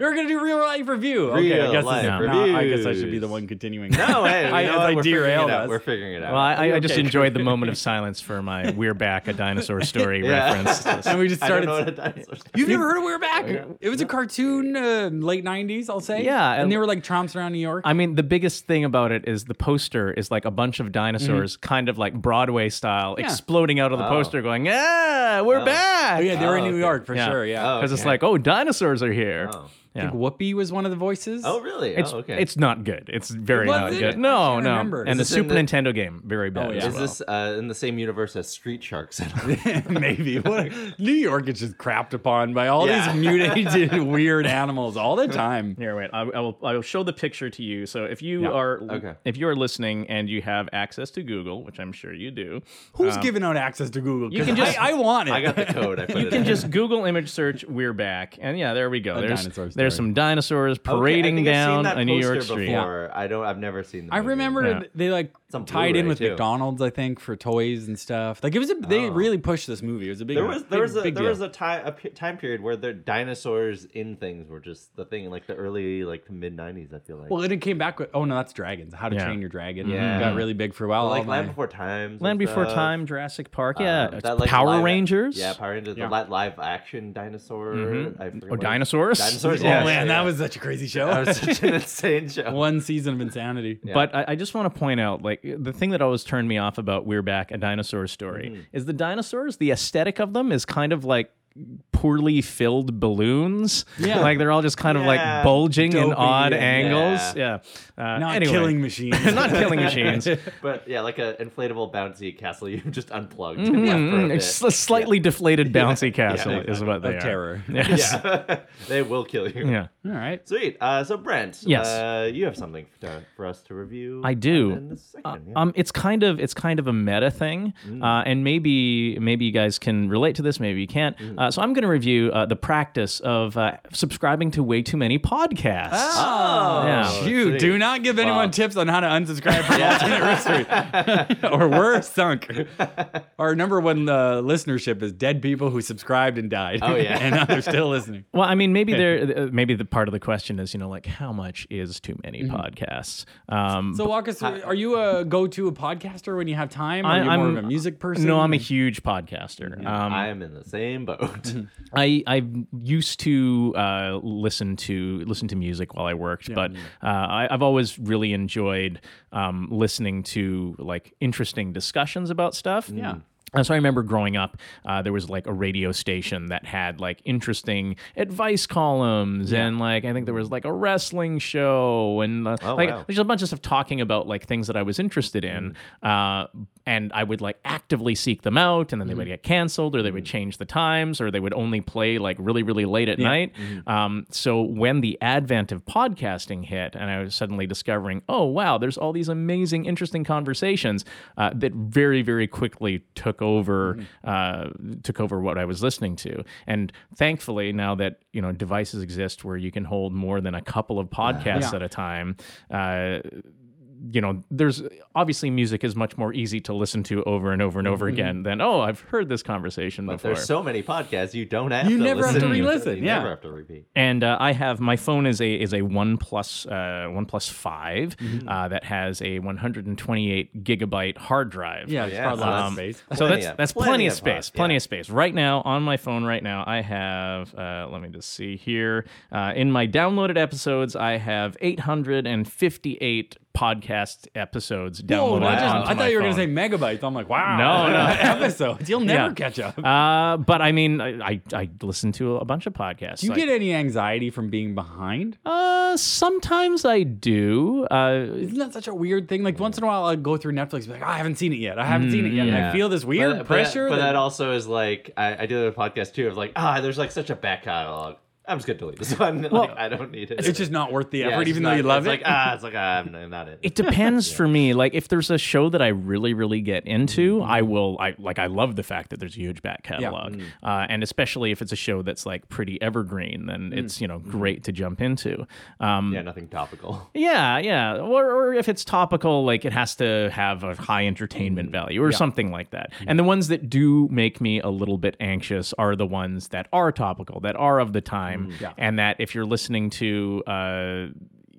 Speaker 2: We're gonna do real life review. okay,
Speaker 1: Real
Speaker 2: I guess
Speaker 1: life
Speaker 2: this, no, I guess I should be
Speaker 1: reviews.
Speaker 2: the one continuing.
Speaker 1: No, Oh, hey, you
Speaker 2: I,
Speaker 1: know
Speaker 2: as
Speaker 1: what?
Speaker 2: I
Speaker 1: we're figuring it
Speaker 2: derailed
Speaker 1: out.
Speaker 2: us.
Speaker 1: We're figuring it out.
Speaker 3: Well, I, I, I just
Speaker 2: Okay.
Speaker 3: enjoyed the moment of silence for my "We're back, a dinosaur story"
Speaker 1: Yeah.
Speaker 3: reference.
Speaker 2: and we just
Speaker 1: I don't
Speaker 2: started.
Speaker 1: know what a dinosaur is.
Speaker 2: You've never heard of We're Back? It was a cartoon, uh, late '90s, I'll say.
Speaker 3: Yeah,
Speaker 2: and
Speaker 3: and-
Speaker 2: they were like tromps around New York.
Speaker 3: I mean, the biggest thing about it is the poster is like a bunch of dinosaurs, kind of like Broadway style,
Speaker 2: Yeah.
Speaker 3: exploding out of the
Speaker 1: Oh.
Speaker 3: poster, going, "Yeah, we're back!"
Speaker 2: oh yeah, they were in
Speaker 1: Oh,
Speaker 2: New
Speaker 1: okay.
Speaker 2: York for sure. Yeah,
Speaker 1: Oh,
Speaker 3: because it's
Speaker 1: okay.
Speaker 3: like, "Oh, dinosaurs are here."
Speaker 1: Oh.
Speaker 2: I
Speaker 3: Yeah.
Speaker 2: think Whoopi was one of the voices.
Speaker 1: Oh, really?
Speaker 3: It's,
Speaker 1: oh, okay.
Speaker 3: it's not good. It's very
Speaker 2: It
Speaker 3: not
Speaker 2: wasn't?
Speaker 3: good.
Speaker 2: I
Speaker 3: No,
Speaker 2: can't
Speaker 3: no.
Speaker 2: remember.
Speaker 3: And
Speaker 1: Is
Speaker 3: the
Speaker 1: this in
Speaker 3: Super
Speaker 1: the-
Speaker 3: Nintendo game, very bad.
Speaker 2: Oh,
Speaker 3: as
Speaker 2: yeah.
Speaker 1: is
Speaker 3: well.
Speaker 1: this uh, in the same universe as Street Sharks?
Speaker 2: maybe. What New York is just crapped upon by all
Speaker 1: Yeah.
Speaker 2: these mutated weird animals all the time.
Speaker 3: Here, wait. I, I will. I will show the picture to you. So if you
Speaker 2: Yeah.
Speaker 3: are,
Speaker 1: Okay.
Speaker 3: if you are listening and you have access to Google, which I'm sure you do,
Speaker 2: Who's giving out access to Google?
Speaker 3: you can
Speaker 2: 'Cause
Speaker 3: just-
Speaker 2: I, I want it.
Speaker 1: I got the code. I put
Speaker 3: you
Speaker 1: it
Speaker 3: can
Speaker 1: in.
Speaker 3: just Google image search "We're Back" and yeah, there we go. there's
Speaker 2: dinosaur story.
Speaker 3: there's some dinosaurs
Speaker 1: Okay, I
Speaker 3: parading
Speaker 1: think I've seen
Speaker 3: down
Speaker 1: that
Speaker 3: a New York
Speaker 1: poster
Speaker 3: street.
Speaker 1: Before. I don't. I've never seen. The
Speaker 2: I
Speaker 1: movie.
Speaker 2: remember
Speaker 3: Yeah.
Speaker 2: they like
Speaker 1: on
Speaker 2: tied in
Speaker 1: Blu-ray,
Speaker 2: with
Speaker 1: too.
Speaker 2: McDonald's, I think, for toys and stuff. Like it was a they really pushed this movie. It was a big
Speaker 1: There was
Speaker 2: big-
Speaker 1: there was a
Speaker 2: big
Speaker 1: there
Speaker 2: deal.
Speaker 1: was a time a pe- time period where the dinosaurs in things were just the thing, like the early like mid '90s. I feel like.
Speaker 2: Well, then it came back with oh no, that's dragons. How to
Speaker 3: Yeah.
Speaker 2: Train Your Dragon
Speaker 1: Yeah.
Speaker 2: got really big for a while.
Speaker 1: like
Speaker 2: All
Speaker 1: Land
Speaker 2: my-
Speaker 1: Before Time. and
Speaker 3: Land Before
Speaker 1: stuff.
Speaker 3: Time, Jurassic Park,
Speaker 1: Um,
Speaker 3: yeah,
Speaker 1: Uh, that,
Speaker 3: it's
Speaker 1: like,
Speaker 3: Power
Speaker 1: live-
Speaker 3: Rangers,
Speaker 1: Yeah, Power Rangers.
Speaker 2: Yeah.
Speaker 1: The li- live action dinosaur. I forget
Speaker 3: or
Speaker 1: what it-
Speaker 3: dinosaurs,
Speaker 1: Dinosaurs.
Speaker 2: Oh
Speaker 1: Yes,
Speaker 2: man,
Speaker 1: yeah.
Speaker 2: that was such a crazy
Speaker 1: That
Speaker 2: show.
Speaker 1: was such an insane show.
Speaker 2: One season of insanity.
Speaker 3: But I, I just want to point out, like the thing that always turned me off about We're Back: A Dinosaur Story
Speaker 1: Mm-hmm.
Speaker 3: is the dinosaurs. The aesthetic of them is kind of like poorly filled balloons.
Speaker 2: Yeah.
Speaker 3: like they're all just kind of
Speaker 1: Yeah.
Speaker 3: like bulging in
Speaker 2: Dopey
Speaker 3: odd
Speaker 2: and-
Speaker 3: angles. Yeah, Uh,
Speaker 2: Not
Speaker 3: anyway.
Speaker 2: killing machines.
Speaker 3: not killing machines.
Speaker 1: But yeah, like an inflatable bouncy castle you just unplugged and left
Speaker 3: Mm,
Speaker 1: for a
Speaker 3: mm,
Speaker 1: bit.
Speaker 3: it's a slightly deflated bouncy castle
Speaker 1: Yeah,
Speaker 3: is what they are.
Speaker 2: of terror.
Speaker 3: Yes.
Speaker 1: Yeah, they will kill you.
Speaker 3: Yeah.
Speaker 2: All right.
Speaker 1: Sweet. Uh, so Brent,
Speaker 3: Yes.
Speaker 1: uh, you have something to, for us to review.
Speaker 3: I do.
Speaker 1: In this section, yeah.
Speaker 3: Um, it's kind of it's kind of a meta thing, uh, and maybe maybe you guys can relate to this, maybe you can't. Uh, so I'm going to review uh, the practice of uh, subscribing to way too many podcasts.
Speaker 1: oh,
Speaker 3: uh, yeah.
Speaker 2: You
Speaker 1: sweet.
Speaker 2: do not give anyone
Speaker 1: Wow.
Speaker 2: tips on how to unsubscribe from alternate history, or we're sunk. Our number one uh, listenership is dead people who subscribed and died.
Speaker 1: Oh, yeah.
Speaker 2: and now they're still listening.
Speaker 3: Well, I mean, maybe there uh, maybe the part of the question is you know like how much is too many podcasts? Um,
Speaker 2: So walk us through. Are you a go-to a podcaster when you have time? Are
Speaker 3: I-
Speaker 2: you more
Speaker 3: I'm-
Speaker 2: of a music person?
Speaker 3: no, I'm a huge podcaster. Um,
Speaker 1: I am in the same boat.
Speaker 2: Mm-hmm.
Speaker 3: I I used to uh, listen to listen to music while I worked, but uh, I, I've always really enjoyed um, listening to like interesting discussions about stuff.
Speaker 1: Mm.
Speaker 3: Yeah. so I remember growing up, uh, there was like a radio station that had like interesting advice columns, and like I think there was like a wrestling show, and uh,
Speaker 1: Oh,
Speaker 3: like
Speaker 1: wow.
Speaker 3: there's a bunch of stuff talking about like things that I was interested in, uh, and I would like actively seek them out, and then they would get canceled, or they would change the times, or they would only play like really, really late at night. Um, so when the advent of podcasting hit, and I was suddenly discovering, oh wow, there's all these amazing, interesting conversations uh, that very, very quickly took over,
Speaker 2: Mm-hmm.
Speaker 3: uh, took over what I was listening to, and thankfully now that you know devices exist where you can hold more than a couple of podcasts
Speaker 2: Yeah.
Speaker 3: at a time. Uh, you know, there's obviously music is much more easy to listen to over and over and over
Speaker 2: Mm-hmm.
Speaker 3: again than oh, I've heard this conversation before.
Speaker 1: There's so many podcasts you don't have.
Speaker 2: You
Speaker 1: to
Speaker 2: never have
Speaker 1: listen
Speaker 2: to re-listen,
Speaker 1: You
Speaker 2: yeah.
Speaker 1: never have to repeat.
Speaker 3: and uh, I have my phone is a is a one plus uh, one plus 5
Speaker 2: Mm-hmm.
Speaker 3: uh, that has a 128 gigabyte hard drive.
Speaker 2: Yeah, it's
Speaker 1: Oh, Yeah,
Speaker 2: probably
Speaker 1: so
Speaker 2: a lot
Speaker 1: that's-
Speaker 2: of space.
Speaker 3: So
Speaker 1: Plenty
Speaker 3: that's
Speaker 1: of-
Speaker 3: that's plenty, of space.
Speaker 1: pod-
Speaker 3: Plenty
Speaker 1: yeah.
Speaker 3: of space. Right now on my phone, right now I have. Uh, let me just see here. Uh, in my downloaded episodes, I have 858 podcast episodes
Speaker 2: Whoa,
Speaker 3: downloaded.
Speaker 2: not just-
Speaker 3: onto
Speaker 2: I
Speaker 3: my
Speaker 2: thought you were
Speaker 3: phone.
Speaker 2: gonna say megabytes. I'm like, wow.
Speaker 3: No, no.
Speaker 2: episodes. You'll never
Speaker 3: Yeah.
Speaker 2: catch up.
Speaker 3: Uh, but I mean, I, I I listen to a bunch of podcasts.
Speaker 2: Do you
Speaker 3: like-
Speaker 2: get any anxiety from being behind?
Speaker 3: Uh, sometimes I do. Uh,
Speaker 2: Isn't that such a weird thing? Like once in a while, I'll go through Netflix, and be like, "Oh, I haven't seen it yet. I haven't seen it yet. And I
Speaker 1: Yeah.
Speaker 2: feel this
Speaker 1: But-
Speaker 2: weird
Speaker 1: but-
Speaker 2: pressure.
Speaker 1: But,
Speaker 2: that-
Speaker 1: that also is like I, I do a podcast too of like ah, there's like such a back catalog. I'm just gonna delete this one. like I don't need it.
Speaker 2: it's just not worth the
Speaker 1: Yeah,
Speaker 2: effort,
Speaker 1: it's
Speaker 2: even
Speaker 1: just
Speaker 2: though you
Speaker 1: not-
Speaker 2: love
Speaker 1: it's Like
Speaker 2: it.
Speaker 1: ah, it's like ah, I'm I'm not it.
Speaker 3: it depends for me. Like if there's a show that I really, really get into, I will. I like. I love the fact that there's a huge back catalog, uh, and especially if it's a show that's like pretty evergreen, then it's you know great to jump into. Um,
Speaker 1: yeah, nothing topical.
Speaker 3: Yeah, yeah. Or, or if it's topical, like it has to have a high entertainment value or something like that. And the ones that do make me a little bit anxious are the ones that are topical, that are of the time,
Speaker 2: Yeah.
Speaker 3: and that if you're listening to, uh,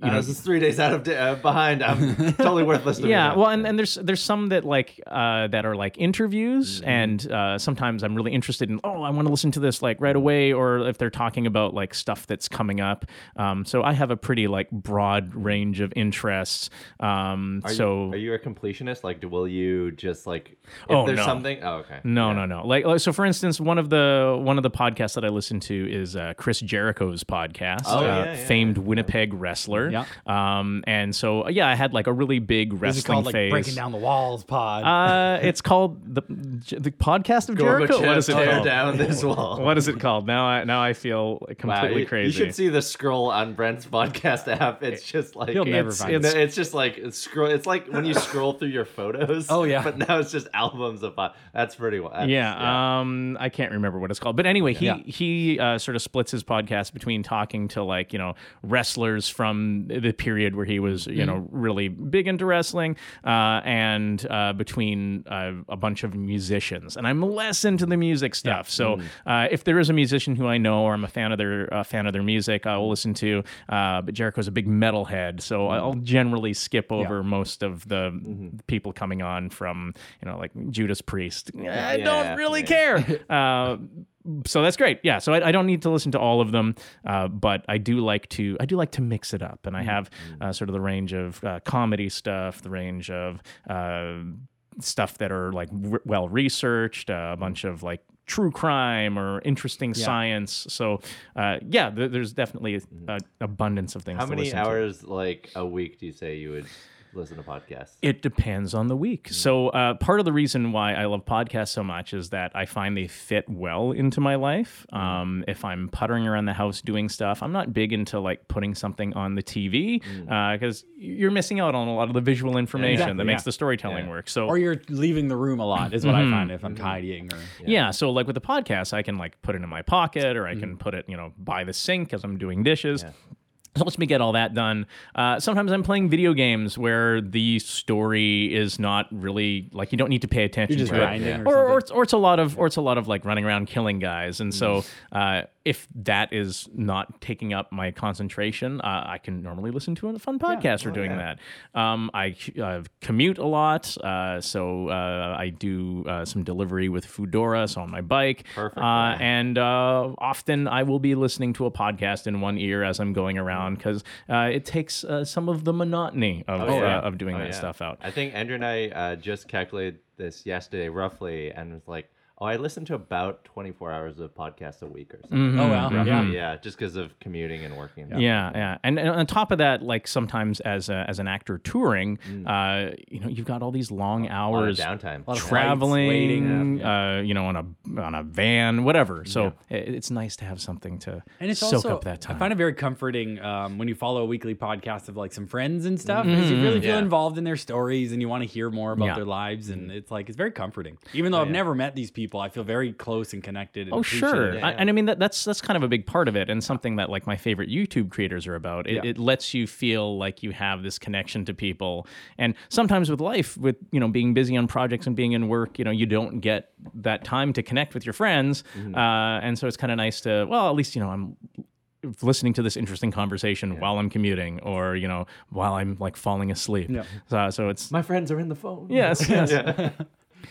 Speaker 1: You know, this is three days out of da- uh, behind. I'm totally worth listening.
Speaker 3: yeah,
Speaker 1: to.
Speaker 3: well, and, and there's there's some that like uh, that are like
Speaker 1: Mm-hmm.
Speaker 3: interviews, and uh, sometimes I'm really interested in oh I want to listen to this like right away, or if they're talking about like stuff that's coming up. Um, so I have a pretty like broad range of interests. Um,
Speaker 1: Are you-
Speaker 3: so
Speaker 1: are you a completionist? Like, do, will you just like if
Speaker 3: Oh,
Speaker 1: there's
Speaker 3: no.
Speaker 1: something? Oh, okay.
Speaker 3: No, no, no. Like, like, so, for instance, one of the one of the podcasts that I listen to is uh, Chris Jericho's podcast,
Speaker 1: Oh,
Speaker 3: uh,
Speaker 1: yeah, yeah,
Speaker 3: famed Winnipeg wrestler.
Speaker 2: Yeah.
Speaker 3: Um, and so yeah, I had like a really big wrestling
Speaker 2: this is called like
Speaker 3: phase.
Speaker 2: breaking down the walls pod.
Speaker 3: Uh, it's called the the podcast of Jericho.
Speaker 1: Gorbachev,
Speaker 3: What is it
Speaker 1: tear
Speaker 3: called?
Speaker 1: down this wall.
Speaker 3: What is it called? Now I now I feel
Speaker 1: Wow,
Speaker 3: completely
Speaker 1: you-
Speaker 3: crazy.
Speaker 1: You should see the scroll on Brent's podcast app. It's just like
Speaker 2: He'll never
Speaker 1: it's,
Speaker 2: find
Speaker 1: it's,
Speaker 3: it.
Speaker 1: it's just like it's scroll. It's like when you scroll through your photos.
Speaker 2: Oh, yeah.
Speaker 1: but now it's just albums of. pod- That's pretty wild. That's-
Speaker 3: yeah, um i can't remember what it's called but anyway he
Speaker 2: Yeah.
Speaker 3: he uh, sort of splits his podcast between talking to like you know wrestlers from the period where he was you know really big into wrestling uh, and uh, between uh, a bunch of musicians and i'm less into the music stuff so uh, if there is a musician who i know or i'm a fan of their a fan of their music i will listen to uh, but jericho's a big metalhead so i'll generally skip over most of the people coming on from you know like judas priest I
Speaker 1: Yeah,
Speaker 3: don't really
Speaker 1: yeah.
Speaker 3: care. Uh, so that's great. Yeah. So I, I don't need to listen to all of them, uh, but I do like to I do like to mix it up, and
Speaker 1: Mm,
Speaker 3: I have uh, sort of the range of uh, comedy stuff, the range of uh, stuff that are like r- well researched, uh, a
Speaker 1: Mm.
Speaker 3: bunch of like true crime or interesting science. So uh, yeah, th- there's definitely an abundance of things.
Speaker 1: Mm. How
Speaker 3: to
Speaker 1: many
Speaker 3: listen to.
Speaker 1: hours like a week do you say you would listen to podcasts?
Speaker 3: It depends on the week.
Speaker 2: Mm-hmm.
Speaker 3: So, uh, part of the reason why I love podcasts so much is that I find they fit well into my life.
Speaker 2: Mm-hmm.
Speaker 3: Um, if I'm puttering around the house doing stuff, I'm not big into like putting something on the TV because you're missing out on a lot of the visual information that
Speaker 2: Mm. Exactly,
Speaker 3: makes
Speaker 2: yeah.
Speaker 3: the storytelling work. So,
Speaker 2: Or you're leaving the room a lot is what I find if I'm tidying or
Speaker 3: yeah. so like with the podcast, I can like put it in my pocket or I can
Speaker 2: Mm.
Speaker 3: put it, you know, by the sink as I'm doing dishes. It helps me get all that done. Uh, sometimes I'm playing video games where the story is not really like you don't need to pay attention
Speaker 2: just
Speaker 3: to
Speaker 2: grinding
Speaker 3: it,
Speaker 2: or
Speaker 3: or or,
Speaker 2: something.
Speaker 3: it's, or it's a lot of or it's a lot of like running around killing guys. And
Speaker 1: Mm.
Speaker 3: so uh, if that is not taking up my concentration, uh, I can normally listen to a fun podcast
Speaker 1: Oh,
Speaker 3: for doing that. Um, I uh, commute a lot, uh, so uh, I do uh, some delivery with Foodora, so on my bike.
Speaker 1: Perfect.
Speaker 3: Uh, and uh, often I will be listening to a podcast in one ear as I'm going around because uh, it takes uh, some of the monotony of,
Speaker 1: yeah.
Speaker 3: uh, of doing
Speaker 1: Mm. Oh,
Speaker 3: that
Speaker 1: yeah.
Speaker 3: stuff out.
Speaker 1: I think Andrew and I uh, just calculated this yesterday roughly and was like, oh, I listen to about 24 hours of podcasts a week or something.
Speaker 2: Oh well, yeah.
Speaker 1: Yeah,
Speaker 3: Mm-hmm.
Speaker 1: just because of commuting and working.
Speaker 3: Yeah, yeah, and, and on top of that, like sometimes as a, as an actor touring,
Speaker 2: Mm.
Speaker 3: uh, you know, you've got all these long
Speaker 1: A lot of
Speaker 3: hours
Speaker 1: downtime.
Speaker 2: lot of flights, waiting.
Speaker 3: traveling, uh, you know, on a on a van, whatever. So it, it's nice to have something to
Speaker 2: And it's
Speaker 3: soak
Speaker 2: also
Speaker 3: up that time.
Speaker 2: I find it very comforting um, when you follow a weekly podcast of like some friends and stuff, because you really
Speaker 1: Yeah.
Speaker 2: feel
Speaker 1: Mm-hmm.
Speaker 2: involved in their stories and you want to hear more about
Speaker 3: Mm-hmm. Yeah.
Speaker 2: their lives, and it's like it's very comforting. Even though I've never met these people, I feel very close and connected. And
Speaker 3: Oh sure,
Speaker 2: appreciated.
Speaker 3: I- and I mean that, that's that's kind of a big part of it, and something that like my favorite YouTube creators are about. It,
Speaker 2: Yeah.
Speaker 3: it lets you feel like you have this connection to people, and sometimes with life, with you know being busy on projects and being in work, you know you don't get that time to connect with your friends, uh, and so it's kind of nice to well at least you know I'm listening to this interesting conversation while I'm commuting or you know while I'm like falling asleep. So, so it's
Speaker 1: My friends are in the phone.
Speaker 3: yes yes.
Speaker 2: Hey,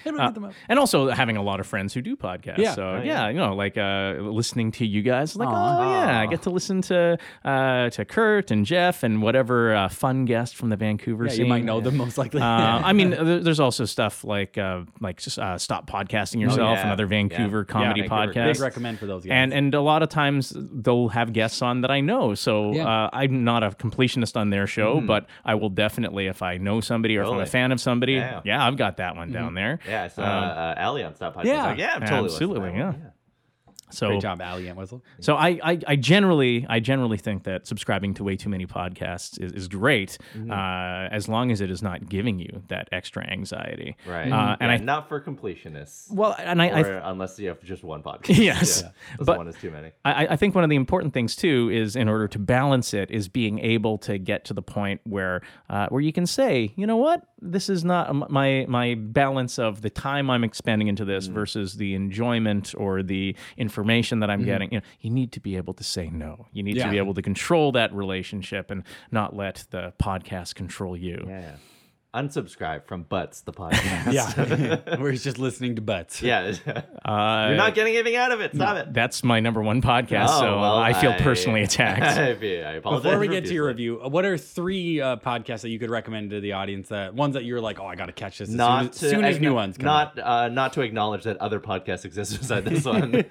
Speaker 3: Uh,
Speaker 2: look at them up.
Speaker 3: And also having a lot of friends who do podcasts.
Speaker 2: Yeah.
Speaker 3: So
Speaker 2: Oh,
Speaker 3: yeah. you know, like uh, listening to you guys, like oh yeah, I get to listen to uh, to Kurt and Jeff and whatever uh, fun guest from the Vancouver
Speaker 2: Yeah,
Speaker 3: scene.
Speaker 2: you might know them most likely.
Speaker 3: Uh, I mean, there- there's also stuff like uh, like just, uh, stop
Speaker 2: Oh,
Speaker 3: podcasting yourself,
Speaker 1: yeah.
Speaker 3: another
Speaker 1: Yeah.
Speaker 3: Vancouver comedy
Speaker 1: Vancouver.
Speaker 3: podcast.
Speaker 2: Big recommend for those guys.
Speaker 3: And and a lot of times they'll have guests on that I know. So
Speaker 2: Yeah. Mm-hmm.
Speaker 3: uh, I'm not a completionist on their show, but I will definitely, if I know somebody or if I'm a
Speaker 1: Totally.
Speaker 3: fan of somebody,
Speaker 1: Yeah.
Speaker 3: yeah, I've got that
Speaker 2: Mm-hmm.
Speaker 3: one down there.
Speaker 1: Yeah, I saw uh, Ali on Stop Podcast.
Speaker 2: yeah.
Speaker 1: like, yeah, I'm totally listening to
Speaker 3: Um, Absolutely,
Speaker 1: that one.
Speaker 3: yeah. So
Speaker 2: great job, Allie Entwistle.
Speaker 3: so I, I I generally I generally think that subscribing to way too many podcasts is, is great,
Speaker 1: Mm-hmm.
Speaker 3: uh, as long as it is not giving you that extra anxiety.
Speaker 1: Right.
Speaker 3: Uh, and
Speaker 1: Yeah,
Speaker 3: I
Speaker 1: not for completionists.
Speaker 3: well, and I, I
Speaker 1: or unless you have just one podcast.
Speaker 3: Yes,
Speaker 1: Yeah, That's
Speaker 3: but-
Speaker 1: one is too many.
Speaker 3: I, I think one of the important things too is in order to balance it is being able to get to the point where uh, where you can say, you know what, this is not m- my my balance of the time I'm expending into
Speaker 1: Mm.
Speaker 3: this versus the enjoyment or the information that I'm
Speaker 1: Mm-hmm.
Speaker 3: getting. You know, you need to be able to say no. You need
Speaker 2: Yeah.
Speaker 3: to be able to control that relationship and not let the podcast control you.
Speaker 1: Yeah. yeah. Unsubscribe from Butts, the podcast.
Speaker 2: Yeah, where he's just listening to butts.
Speaker 1: yeah. You're
Speaker 2: Uh,
Speaker 1: not getting anything out of it. Stop it.
Speaker 3: Uh, That's my number one podcast,
Speaker 1: Oh,
Speaker 3: so
Speaker 1: well,
Speaker 3: I feel personally attacked.
Speaker 1: I, I apologize.
Speaker 2: Before we get to your
Speaker 1: profusely.
Speaker 2: review, uh, what are three uh, podcasts that you could recommend to the audience? That ones that you're like, oh, I gotta catch this as
Speaker 1: not
Speaker 2: soon as, soon
Speaker 1: to-
Speaker 2: as new ones. Come out.
Speaker 1: Not uh, not to acknowledge that other podcasts exist beside this one.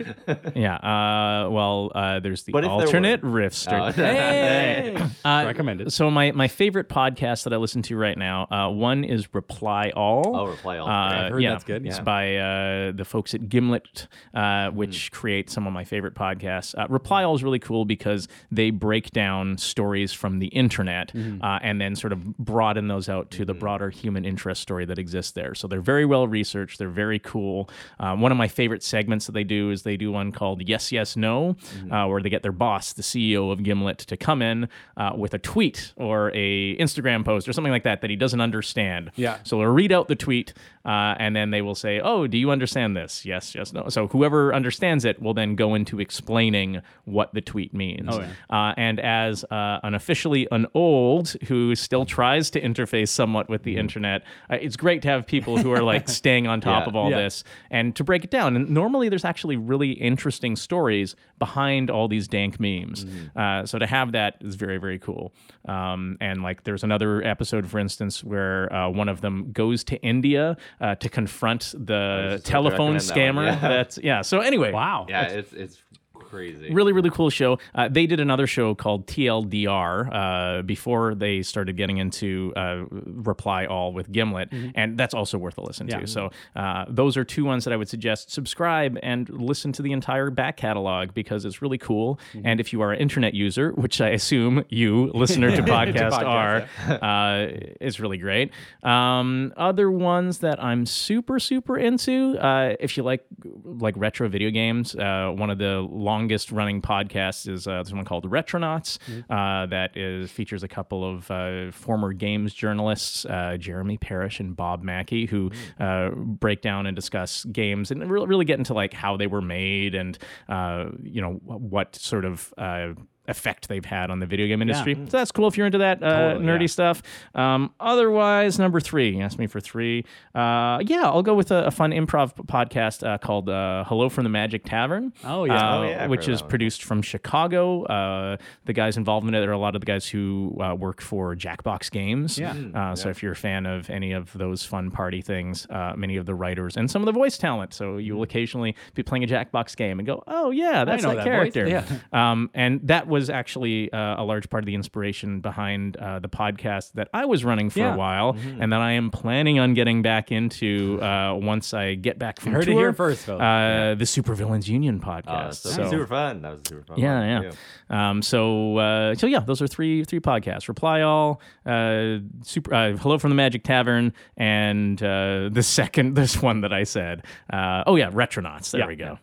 Speaker 3: yeah. Uh, well, uh, there's the
Speaker 1: But if there were-
Speaker 3: alternate riffster.
Speaker 1: Oh,
Speaker 3: Uh,
Speaker 2: Recommended.
Speaker 3: So my my favorite podcast that I listen to right now, uh, one is Reply All.
Speaker 1: Oh, Reply All.
Speaker 3: Uh,
Speaker 1: Yeah,
Speaker 2: I've heard
Speaker 3: yeah,
Speaker 2: that's good.
Speaker 3: It's
Speaker 2: Yeah. Hmm.
Speaker 3: by uh, the folks at Gimlet, uh, which create some of my favorite podcasts. Uh, Reply All is really cool because they break down stories from the internet
Speaker 2: Mm-hmm.
Speaker 3: uh, and then sort of broaden those out to the broader human interest story that exists there. So they're very well researched. They're very cool. Uh, one of my favorite segments that they do is they do one called Yes, Yes, No,
Speaker 2: Mm-hmm.
Speaker 3: uh, where they get their boss, the E CEO of Gimlet, to come in uh, with a tweet or a Instagram post or something like that that he doesn't understand understand.
Speaker 2: Yeah.
Speaker 3: So they'll read out the tweet, uh, and then they will say, "Oh, do you understand this? Yes, yes, no." So whoever understands it will then go into explaining what the tweet means.
Speaker 2: Oh, yeah.
Speaker 3: Uh, and as uh, an officially an old who still tries to interface somewhat with
Speaker 1: Mm-hmm.
Speaker 3: the internet, uh, it's great to have people who are like staying on top
Speaker 1: Yeah.
Speaker 3: of all
Speaker 2: Yeah.
Speaker 3: this and to break it down. And normally there's actually really interesting stories behind all these dank memes.
Speaker 1: Mm-hmm.
Speaker 3: Uh, so to have that is very, very cool. Um, and like there's another episode, for instance, where uh, one of them goes to India uh, to confront the
Speaker 1: just about to
Speaker 3: telephone
Speaker 1: recommend that
Speaker 3: scammer.
Speaker 1: one, yeah.
Speaker 3: That's yeah. So anyway,
Speaker 2: Wow.
Speaker 1: Yeah, it's it's crazy.
Speaker 3: Really, really cool show. Uh, they did another show called TLDR uh, before they started getting into uh, Reply All with Gimlet, and that's also worth a listen
Speaker 2: Yeah.
Speaker 3: to. So uh, those are two ones that I would suggest subscribe and listen to the entire back catalog because it's really cool. And if you are an internet user, which I assume you, listener to podcast,
Speaker 2: podcast,
Speaker 3: are, uh, it's really great. Um, other ones that I'm super super into, uh, if you like like retro video games, uh, one of the longest running podcasts is uh, this one called Retronauts uh, that is features a couple of uh, former games journalists, uh, Jeremy Parrish and Bob Mackey, who uh, break down and discuss games and really really get into like how they were made and uh, you know what sort of uh, effect they've had on the video game industry. So that's cool if you're into that uh,
Speaker 2: Totally,
Speaker 3: nerdy
Speaker 2: yeah.
Speaker 3: stuff. Um, otherwise, number three, you asked me for three. Uh, yeah, I'll go with a, a fun improv p- podcast uh, called uh, Hello from the Magic Tavern.
Speaker 2: Oh, yeah.
Speaker 3: uh,
Speaker 1: Oh, yeah, I've
Speaker 3: which
Speaker 1: heard
Speaker 3: is
Speaker 1: that one.
Speaker 3: produced from Chicago. Uh, the guys involved in it are a lot of the guys who uh, work for Jackbox Games.
Speaker 2: Yeah.
Speaker 3: Uh, so if you're a fan of any of those fun party things, uh, many of the writers and some of the voice talent, so you will occasionally be playing a Jackbox game and go, "Oh yeah, that's
Speaker 2: Hmm. know
Speaker 3: that,
Speaker 2: that voice."
Speaker 3: character."
Speaker 2: Yeah.
Speaker 3: Um, and that was actually uh, a large part of the inspiration behind uh, the podcast that I was running for
Speaker 2: Yeah. Mm-hmm.
Speaker 3: a while, and that I am planning on getting back into uh, once I get back from
Speaker 2: heard it
Speaker 3: tour.
Speaker 2: here first, folks.
Speaker 3: Uh, The Supervillains Union podcast.
Speaker 1: Oh, that's so-
Speaker 3: So-
Speaker 1: super fun. That was super fun. one,
Speaker 3: yeah, yeah.
Speaker 1: too.
Speaker 3: Um, so, uh, so yeah, those are three three podcasts: Reply All, uh, Super, uh, Hello from the Magic Tavern, and uh, the second this one that I said. Uh, oh yeah, Retronauts. There
Speaker 2: Yeah.
Speaker 3: we go.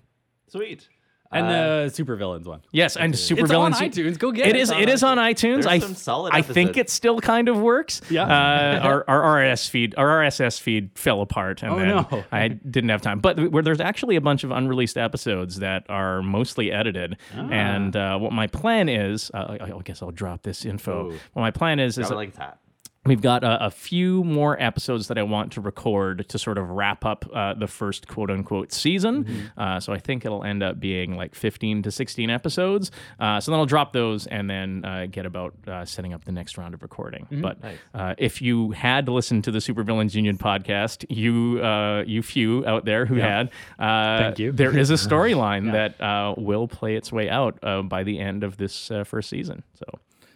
Speaker 1: Sweet.
Speaker 2: And
Speaker 1: Uh,
Speaker 2: the supervillains one.
Speaker 3: Yes, and Super
Speaker 2: It's on
Speaker 3: Villains.
Speaker 2: iTunes. Go get
Speaker 3: It
Speaker 2: it.
Speaker 3: is.
Speaker 2: It's
Speaker 3: It is on iTunes.
Speaker 1: There's
Speaker 3: I,
Speaker 1: some solid
Speaker 3: I think
Speaker 1: episodes.
Speaker 3: it still kind of works.
Speaker 2: Yeah.
Speaker 3: Uh, our, our RSS feed, our RSS feed fell apart, and
Speaker 2: Oh,
Speaker 3: then
Speaker 2: no.
Speaker 3: I didn't have time. But where there's actually a bunch of unreleased episodes that are mostly edited.
Speaker 1: Ah.
Speaker 3: And uh, what my plan is, uh, I, I guess I'll drop this info.
Speaker 1: Ooh.
Speaker 3: What my plan is is
Speaker 1: I like that.
Speaker 3: We've got a, a few more episodes that I want to record to sort of wrap up uh, the first quote unquote season.
Speaker 2: Mm-hmm.
Speaker 3: Uh, so I think it'll end up being like 15 to 16 episodes. Uh, so then I'll drop those and then uh, get about uh, setting up the next round of recording.
Speaker 2: Mm-hmm.
Speaker 3: But uh, if you had listened to the Supervillains Union podcast, you uh, you few out there who had, uh,
Speaker 2: Thank you.
Speaker 3: there is a storyline that uh, will play its way out uh, by the end of this uh, first season. So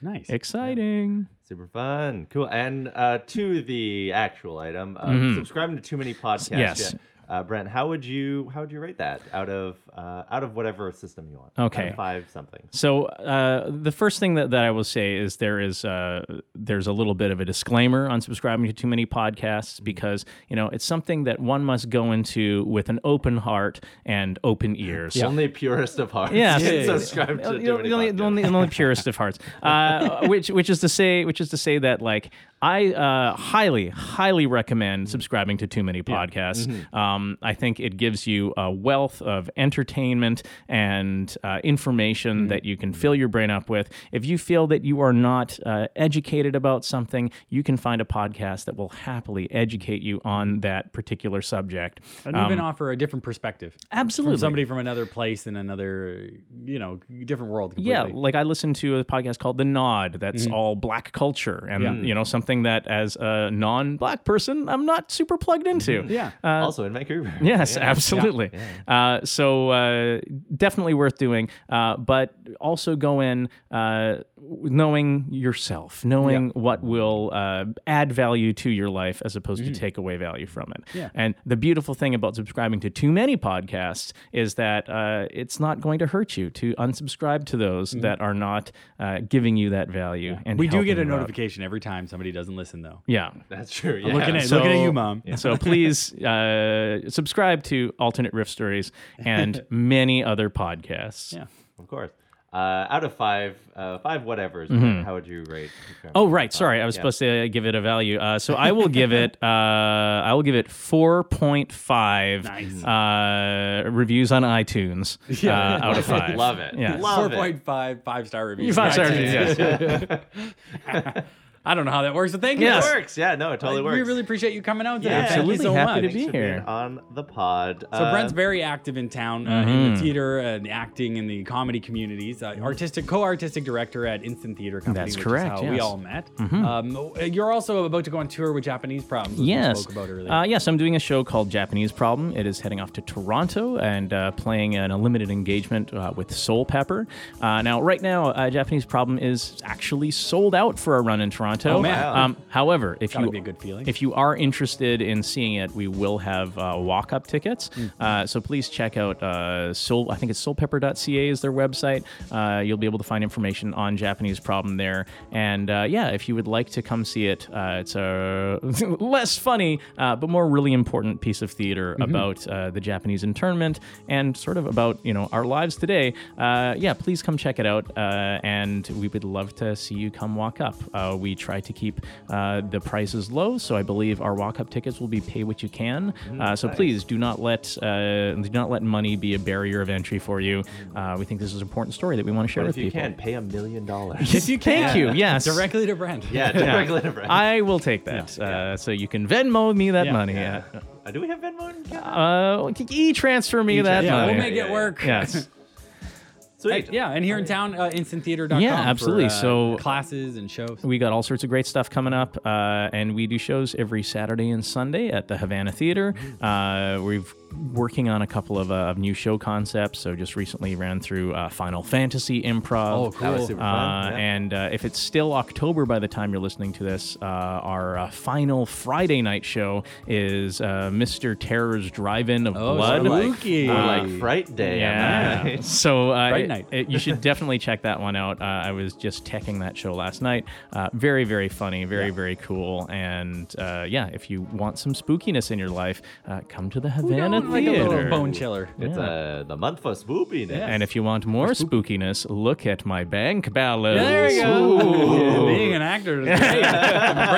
Speaker 2: nice.
Speaker 3: exciting.
Speaker 1: Super fun. Cool. And uh, to the actual item, uh, subscribing to too many podcasts.
Speaker 3: Mm-hmm. Yes.
Speaker 1: yeah. Uh, Brent, how would you how would you rate that out of uh, out of whatever system you want?
Speaker 3: Okay.
Speaker 1: Out of five something.
Speaker 3: So uh, the first thing that, that I will say is there is uh, there's a little bit of a disclaimer on subscribing to too many podcasts because you know it's something that one must go into with an open heart and open ears.
Speaker 1: Only purest of hearts.
Speaker 3: Yeah,
Speaker 1: can
Speaker 3: yeah, yeah.
Speaker 1: subscribe
Speaker 3: Uh,
Speaker 1: to
Speaker 3: you
Speaker 1: too
Speaker 3: know,
Speaker 1: many
Speaker 3: the only,
Speaker 1: podcasts.
Speaker 3: the only, the only purest of hearts. Uh, which which is to say which is to say that like I uh, highly highly
Speaker 1: Mm-hmm.
Speaker 3: recommend subscribing to too many podcasts. Um, I think it gives you a wealth of entertainment and uh, information
Speaker 1: Mm-hmm.
Speaker 3: that you can fill your brain up with. If you feel that you are not uh, educated about something, you can find a podcast that will happily educate you on that particular subject.
Speaker 2: And even offer a different perspective.
Speaker 3: Absolutely.
Speaker 2: From somebody from another place in another, you know, different world. Completely. Mm-hmm.
Speaker 3: Yeah, like I listened to a podcast called The Nod that's all black culture and you know something that as a non-black person I'm not super plugged into.
Speaker 2: Yeah.
Speaker 3: uh,
Speaker 1: also in Vancouver.
Speaker 3: Yes, absolutely. Uh, so uh, definitely worth doing, uh, but also go in uh, w- knowing yourself, knowing what will uh, add value to your life as opposed to take away value from it.
Speaker 2: Mm. Yeah.
Speaker 3: And the beautiful thing about subscribing to too many podcasts is that uh, it's not going to hurt you to unsubscribe to those that are not uh, giving you that value. And
Speaker 2: Mm. We do get a
Speaker 3: helping you out.
Speaker 2: notification every time somebody doesn't listen, though.
Speaker 3: Yeah.
Speaker 1: That's true. Yeah.
Speaker 2: looking at- you, Mom.
Speaker 3: So please uh, subscribe to Alternate Riff Stories and many other podcasts.
Speaker 2: Yeah.
Speaker 1: Of course. Uh, out of five, uh, five whatevers, how would you rate? Cucumber?
Speaker 3: Mm-hmm. Oh right, sorry. I was
Speaker 1: Yeah.
Speaker 3: supposed to uh, give it a value. Uh, so I will give it. Uh, I will give it four point five
Speaker 2: Nice.
Speaker 3: uh, reviews on iTunes uh, out of five.
Speaker 1: Love it.
Speaker 3: Yeah.
Speaker 1: Love
Speaker 2: Four
Speaker 1: it.
Speaker 2: point five five star reviews.
Speaker 3: Five stars.
Speaker 2: Yeah,
Speaker 3: Yes.
Speaker 2: I don't know how that works, but thank you.
Speaker 1: It
Speaker 3: Yes.
Speaker 1: works. Yeah, no, it totally works.
Speaker 2: We really appreciate you coming out today.
Speaker 1: Yeah,
Speaker 2: Thank you
Speaker 3: absolutely.
Speaker 2: so
Speaker 3: Happy to
Speaker 2: much.
Speaker 1: Thanks
Speaker 3: be
Speaker 1: for being
Speaker 3: here.
Speaker 1: on the pod. Uh,
Speaker 2: So
Speaker 3: Uh,
Speaker 2: Brent's very active in town uh, in
Speaker 3: Mm-hmm.
Speaker 2: the theater and acting in the comedy communities. Uh, artistic co-artistic director at Instant Theater Company.
Speaker 3: That's
Speaker 2: which
Speaker 3: correct,
Speaker 2: Is how We
Speaker 3: yes. Mm-hmm.
Speaker 2: all met. Um, you're also about to go on tour with Japanese Problems. as
Speaker 3: Yes.
Speaker 2: We spoke about earlier.
Speaker 3: Uh, yes, I'm doing a show called Japanese Problem. It is heading off to Toronto and uh, playing an unlimited engagement uh, with Soul Pepper. Uh, now, right now, uh, Japanese Problem is actually sold out for a run in Toronto.
Speaker 2: Oh, man.
Speaker 3: Um, however, if
Speaker 2: Gotta
Speaker 3: you
Speaker 2: be a good feeling.
Speaker 3: if you are interested in seeing it, we will have uh, walk up tickets.
Speaker 2: Mm.
Speaker 3: Uh, so please check out uh, Soul. I think it's soulpepper.ca is their website. Uh, you'll be able to find information on Japanese Problem there. And uh, yeah, if you would like to come see it, uh, it's a less funny uh, but more really important piece of theater
Speaker 2: Mm-hmm.
Speaker 3: about uh, the Japanese internment and sort of about you know our lives today. Uh, yeah, please come check it out, uh, and we would love to see you come walk up. Uh, we try to keep uh, the prices low, so I believe our walk up tickets will be pay what you can.
Speaker 2: Mm,
Speaker 3: Uh, so please do not let uh, do not let money be a barrier of entry for you. Uh, we think this is an important story that we want to share
Speaker 1: But if
Speaker 3: with
Speaker 1: you
Speaker 3: people.
Speaker 1: can, pay a million dollars.
Speaker 2: if you can, uh,
Speaker 3: Thank you. Yes.
Speaker 2: directly to Brent.
Speaker 1: Yeah, directly to Brent.
Speaker 3: I will take that. Uh, so you can Venmo me that
Speaker 2: Yeah.
Speaker 3: money.
Speaker 1: Yeah. Uh, do we have Venmo? in Canada?
Speaker 3: Uh, e transfer me that
Speaker 2: Yeah,
Speaker 3: money.
Speaker 2: we'll make
Speaker 1: yeah,
Speaker 2: it
Speaker 1: yeah.
Speaker 2: work.
Speaker 3: Yes.
Speaker 1: Sweet.
Speaker 2: Yeah, and here in town, uh, instanttheater.com.
Speaker 3: Yeah,
Speaker 2: for,
Speaker 3: absolutely.
Speaker 2: uh,
Speaker 3: So-
Speaker 2: classes and shows.
Speaker 3: We got all sorts of great stuff coming up, uh, and we do shows every Saturday and Sunday at the Havana Theater. Uh, we've working on a couple of, uh, of new show concepts. So just recently ran through uh, Final Fantasy improv.
Speaker 2: Oh,
Speaker 1: That was
Speaker 2: Cool.
Speaker 1: super fun.
Speaker 3: Uh,
Speaker 1: yeah.
Speaker 3: And uh, if it's still October by the time you're listening to this, uh, our uh, final Friday night show is uh, Mr. Terror's Drive-In of
Speaker 2: Oh,
Speaker 3: Blood.
Speaker 2: so
Speaker 1: We're
Speaker 2: Spooky.
Speaker 1: like Fright Day.
Speaker 3: Yeah.
Speaker 1: Yeah.
Speaker 3: So uh,
Speaker 2: Fright
Speaker 3: it-
Speaker 2: night.
Speaker 3: it- you should definitely check that one out. Uh, I was just teching that show last night. Uh, very, very funny. Very, very cool. And uh, yeah, if you want some spookiness in your life, uh, come to the
Speaker 2: Like a
Speaker 3: Havana Theater.
Speaker 2: little bone chiller.
Speaker 1: It's uh, the month for spookiness.
Speaker 3: and if you want more spookiness, look at my bank balance.
Speaker 2: There you go. Being an actor, is great. bring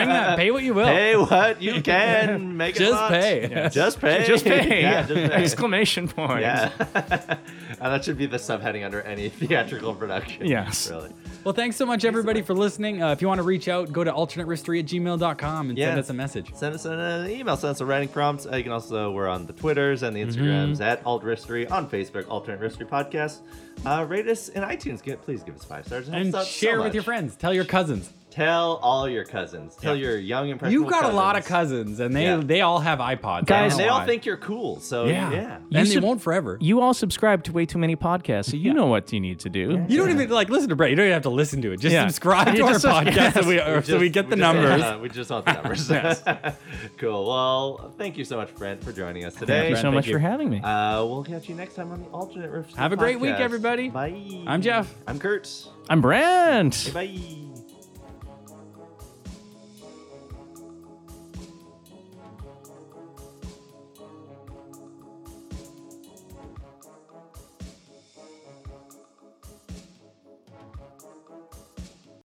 Speaker 2: that. Pay what you will.
Speaker 1: Pay what you can. Make it
Speaker 2: Just
Speaker 1: lots.
Speaker 2: pay.
Speaker 1: Yeah. Just pay.
Speaker 3: Just pay!
Speaker 1: yeah, just pay.
Speaker 3: Exclamation point!
Speaker 1: Yeah. and that should be the subheading under any theatrical production.
Speaker 3: Yes.
Speaker 1: Really.
Speaker 2: Well, thanks so much, everybody, for listening. Uh, if you want to reach out, go to alternatewristery at gmail.com and send us a message.
Speaker 1: Send us an uh, email. Send us a writing prompts. Uh, you can also we're on the Twitters and the Instagrams at Alt Ristery on Facebook, Alternate Ristery Podcast. Uh, rate us in iTunes. Get, please give us five stars It
Speaker 2: And
Speaker 1: helps out so
Speaker 2: share with
Speaker 1: much.
Speaker 2: your friends. Tell your cousins.
Speaker 1: Tell all your cousins. Tell your young impressionable.
Speaker 2: You've got a lot of cousins, and they
Speaker 1: Yeah.
Speaker 2: they all have iPods. I
Speaker 3: Guys,
Speaker 2: don't
Speaker 1: And
Speaker 2: know
Speaker 1: they all
Speaker 2: why.
Speaker 1: think you're cool. So
Speaker 2: yeah,
Speaker 1: yeah.
Speaker 2: and they
Speaker 3: should-
Speaker 2: won't forever. You,
Speaker 3: You all subscribe to way too many podcasts, so you know what you need to do.
Speaker 2: don't even like listen to Brett. You don't even have to listen to it. Just
Speaker 3: Yeah.
Speaker 2: subscribe to
Speaker 3: You
Speaker 2: our
Speaker 3: just
Speaker 2: podcast,
Speaker 3: subscribe.
Speaker 2: so we, or so we
Speaker 1: Just-
Speaker 2: get the
Speaker 1: just want
Speaker 2: numbers.
Speaker 1: the- we just want the numbers. cool. Well, thank you so much, Brent, for joining us today.
Speaker 3: Thank you so
Speaker 2: Thank
Speaker 3: much
Speaker 2: you.
Speaker 3: for having me.
Speaker 1: Uh, we'll catch you next time on the Alternate Riff.
Speaker 2: Have a great week,
Speaker 1: Podcast.
Speaker 2: everybody.
Speaker 1: Bye.
Speaker 2: I'm Jeff.
Speaker 1: I'm Kurt.
Speaker 3: I'm Brent.
Speaker 1: Bye.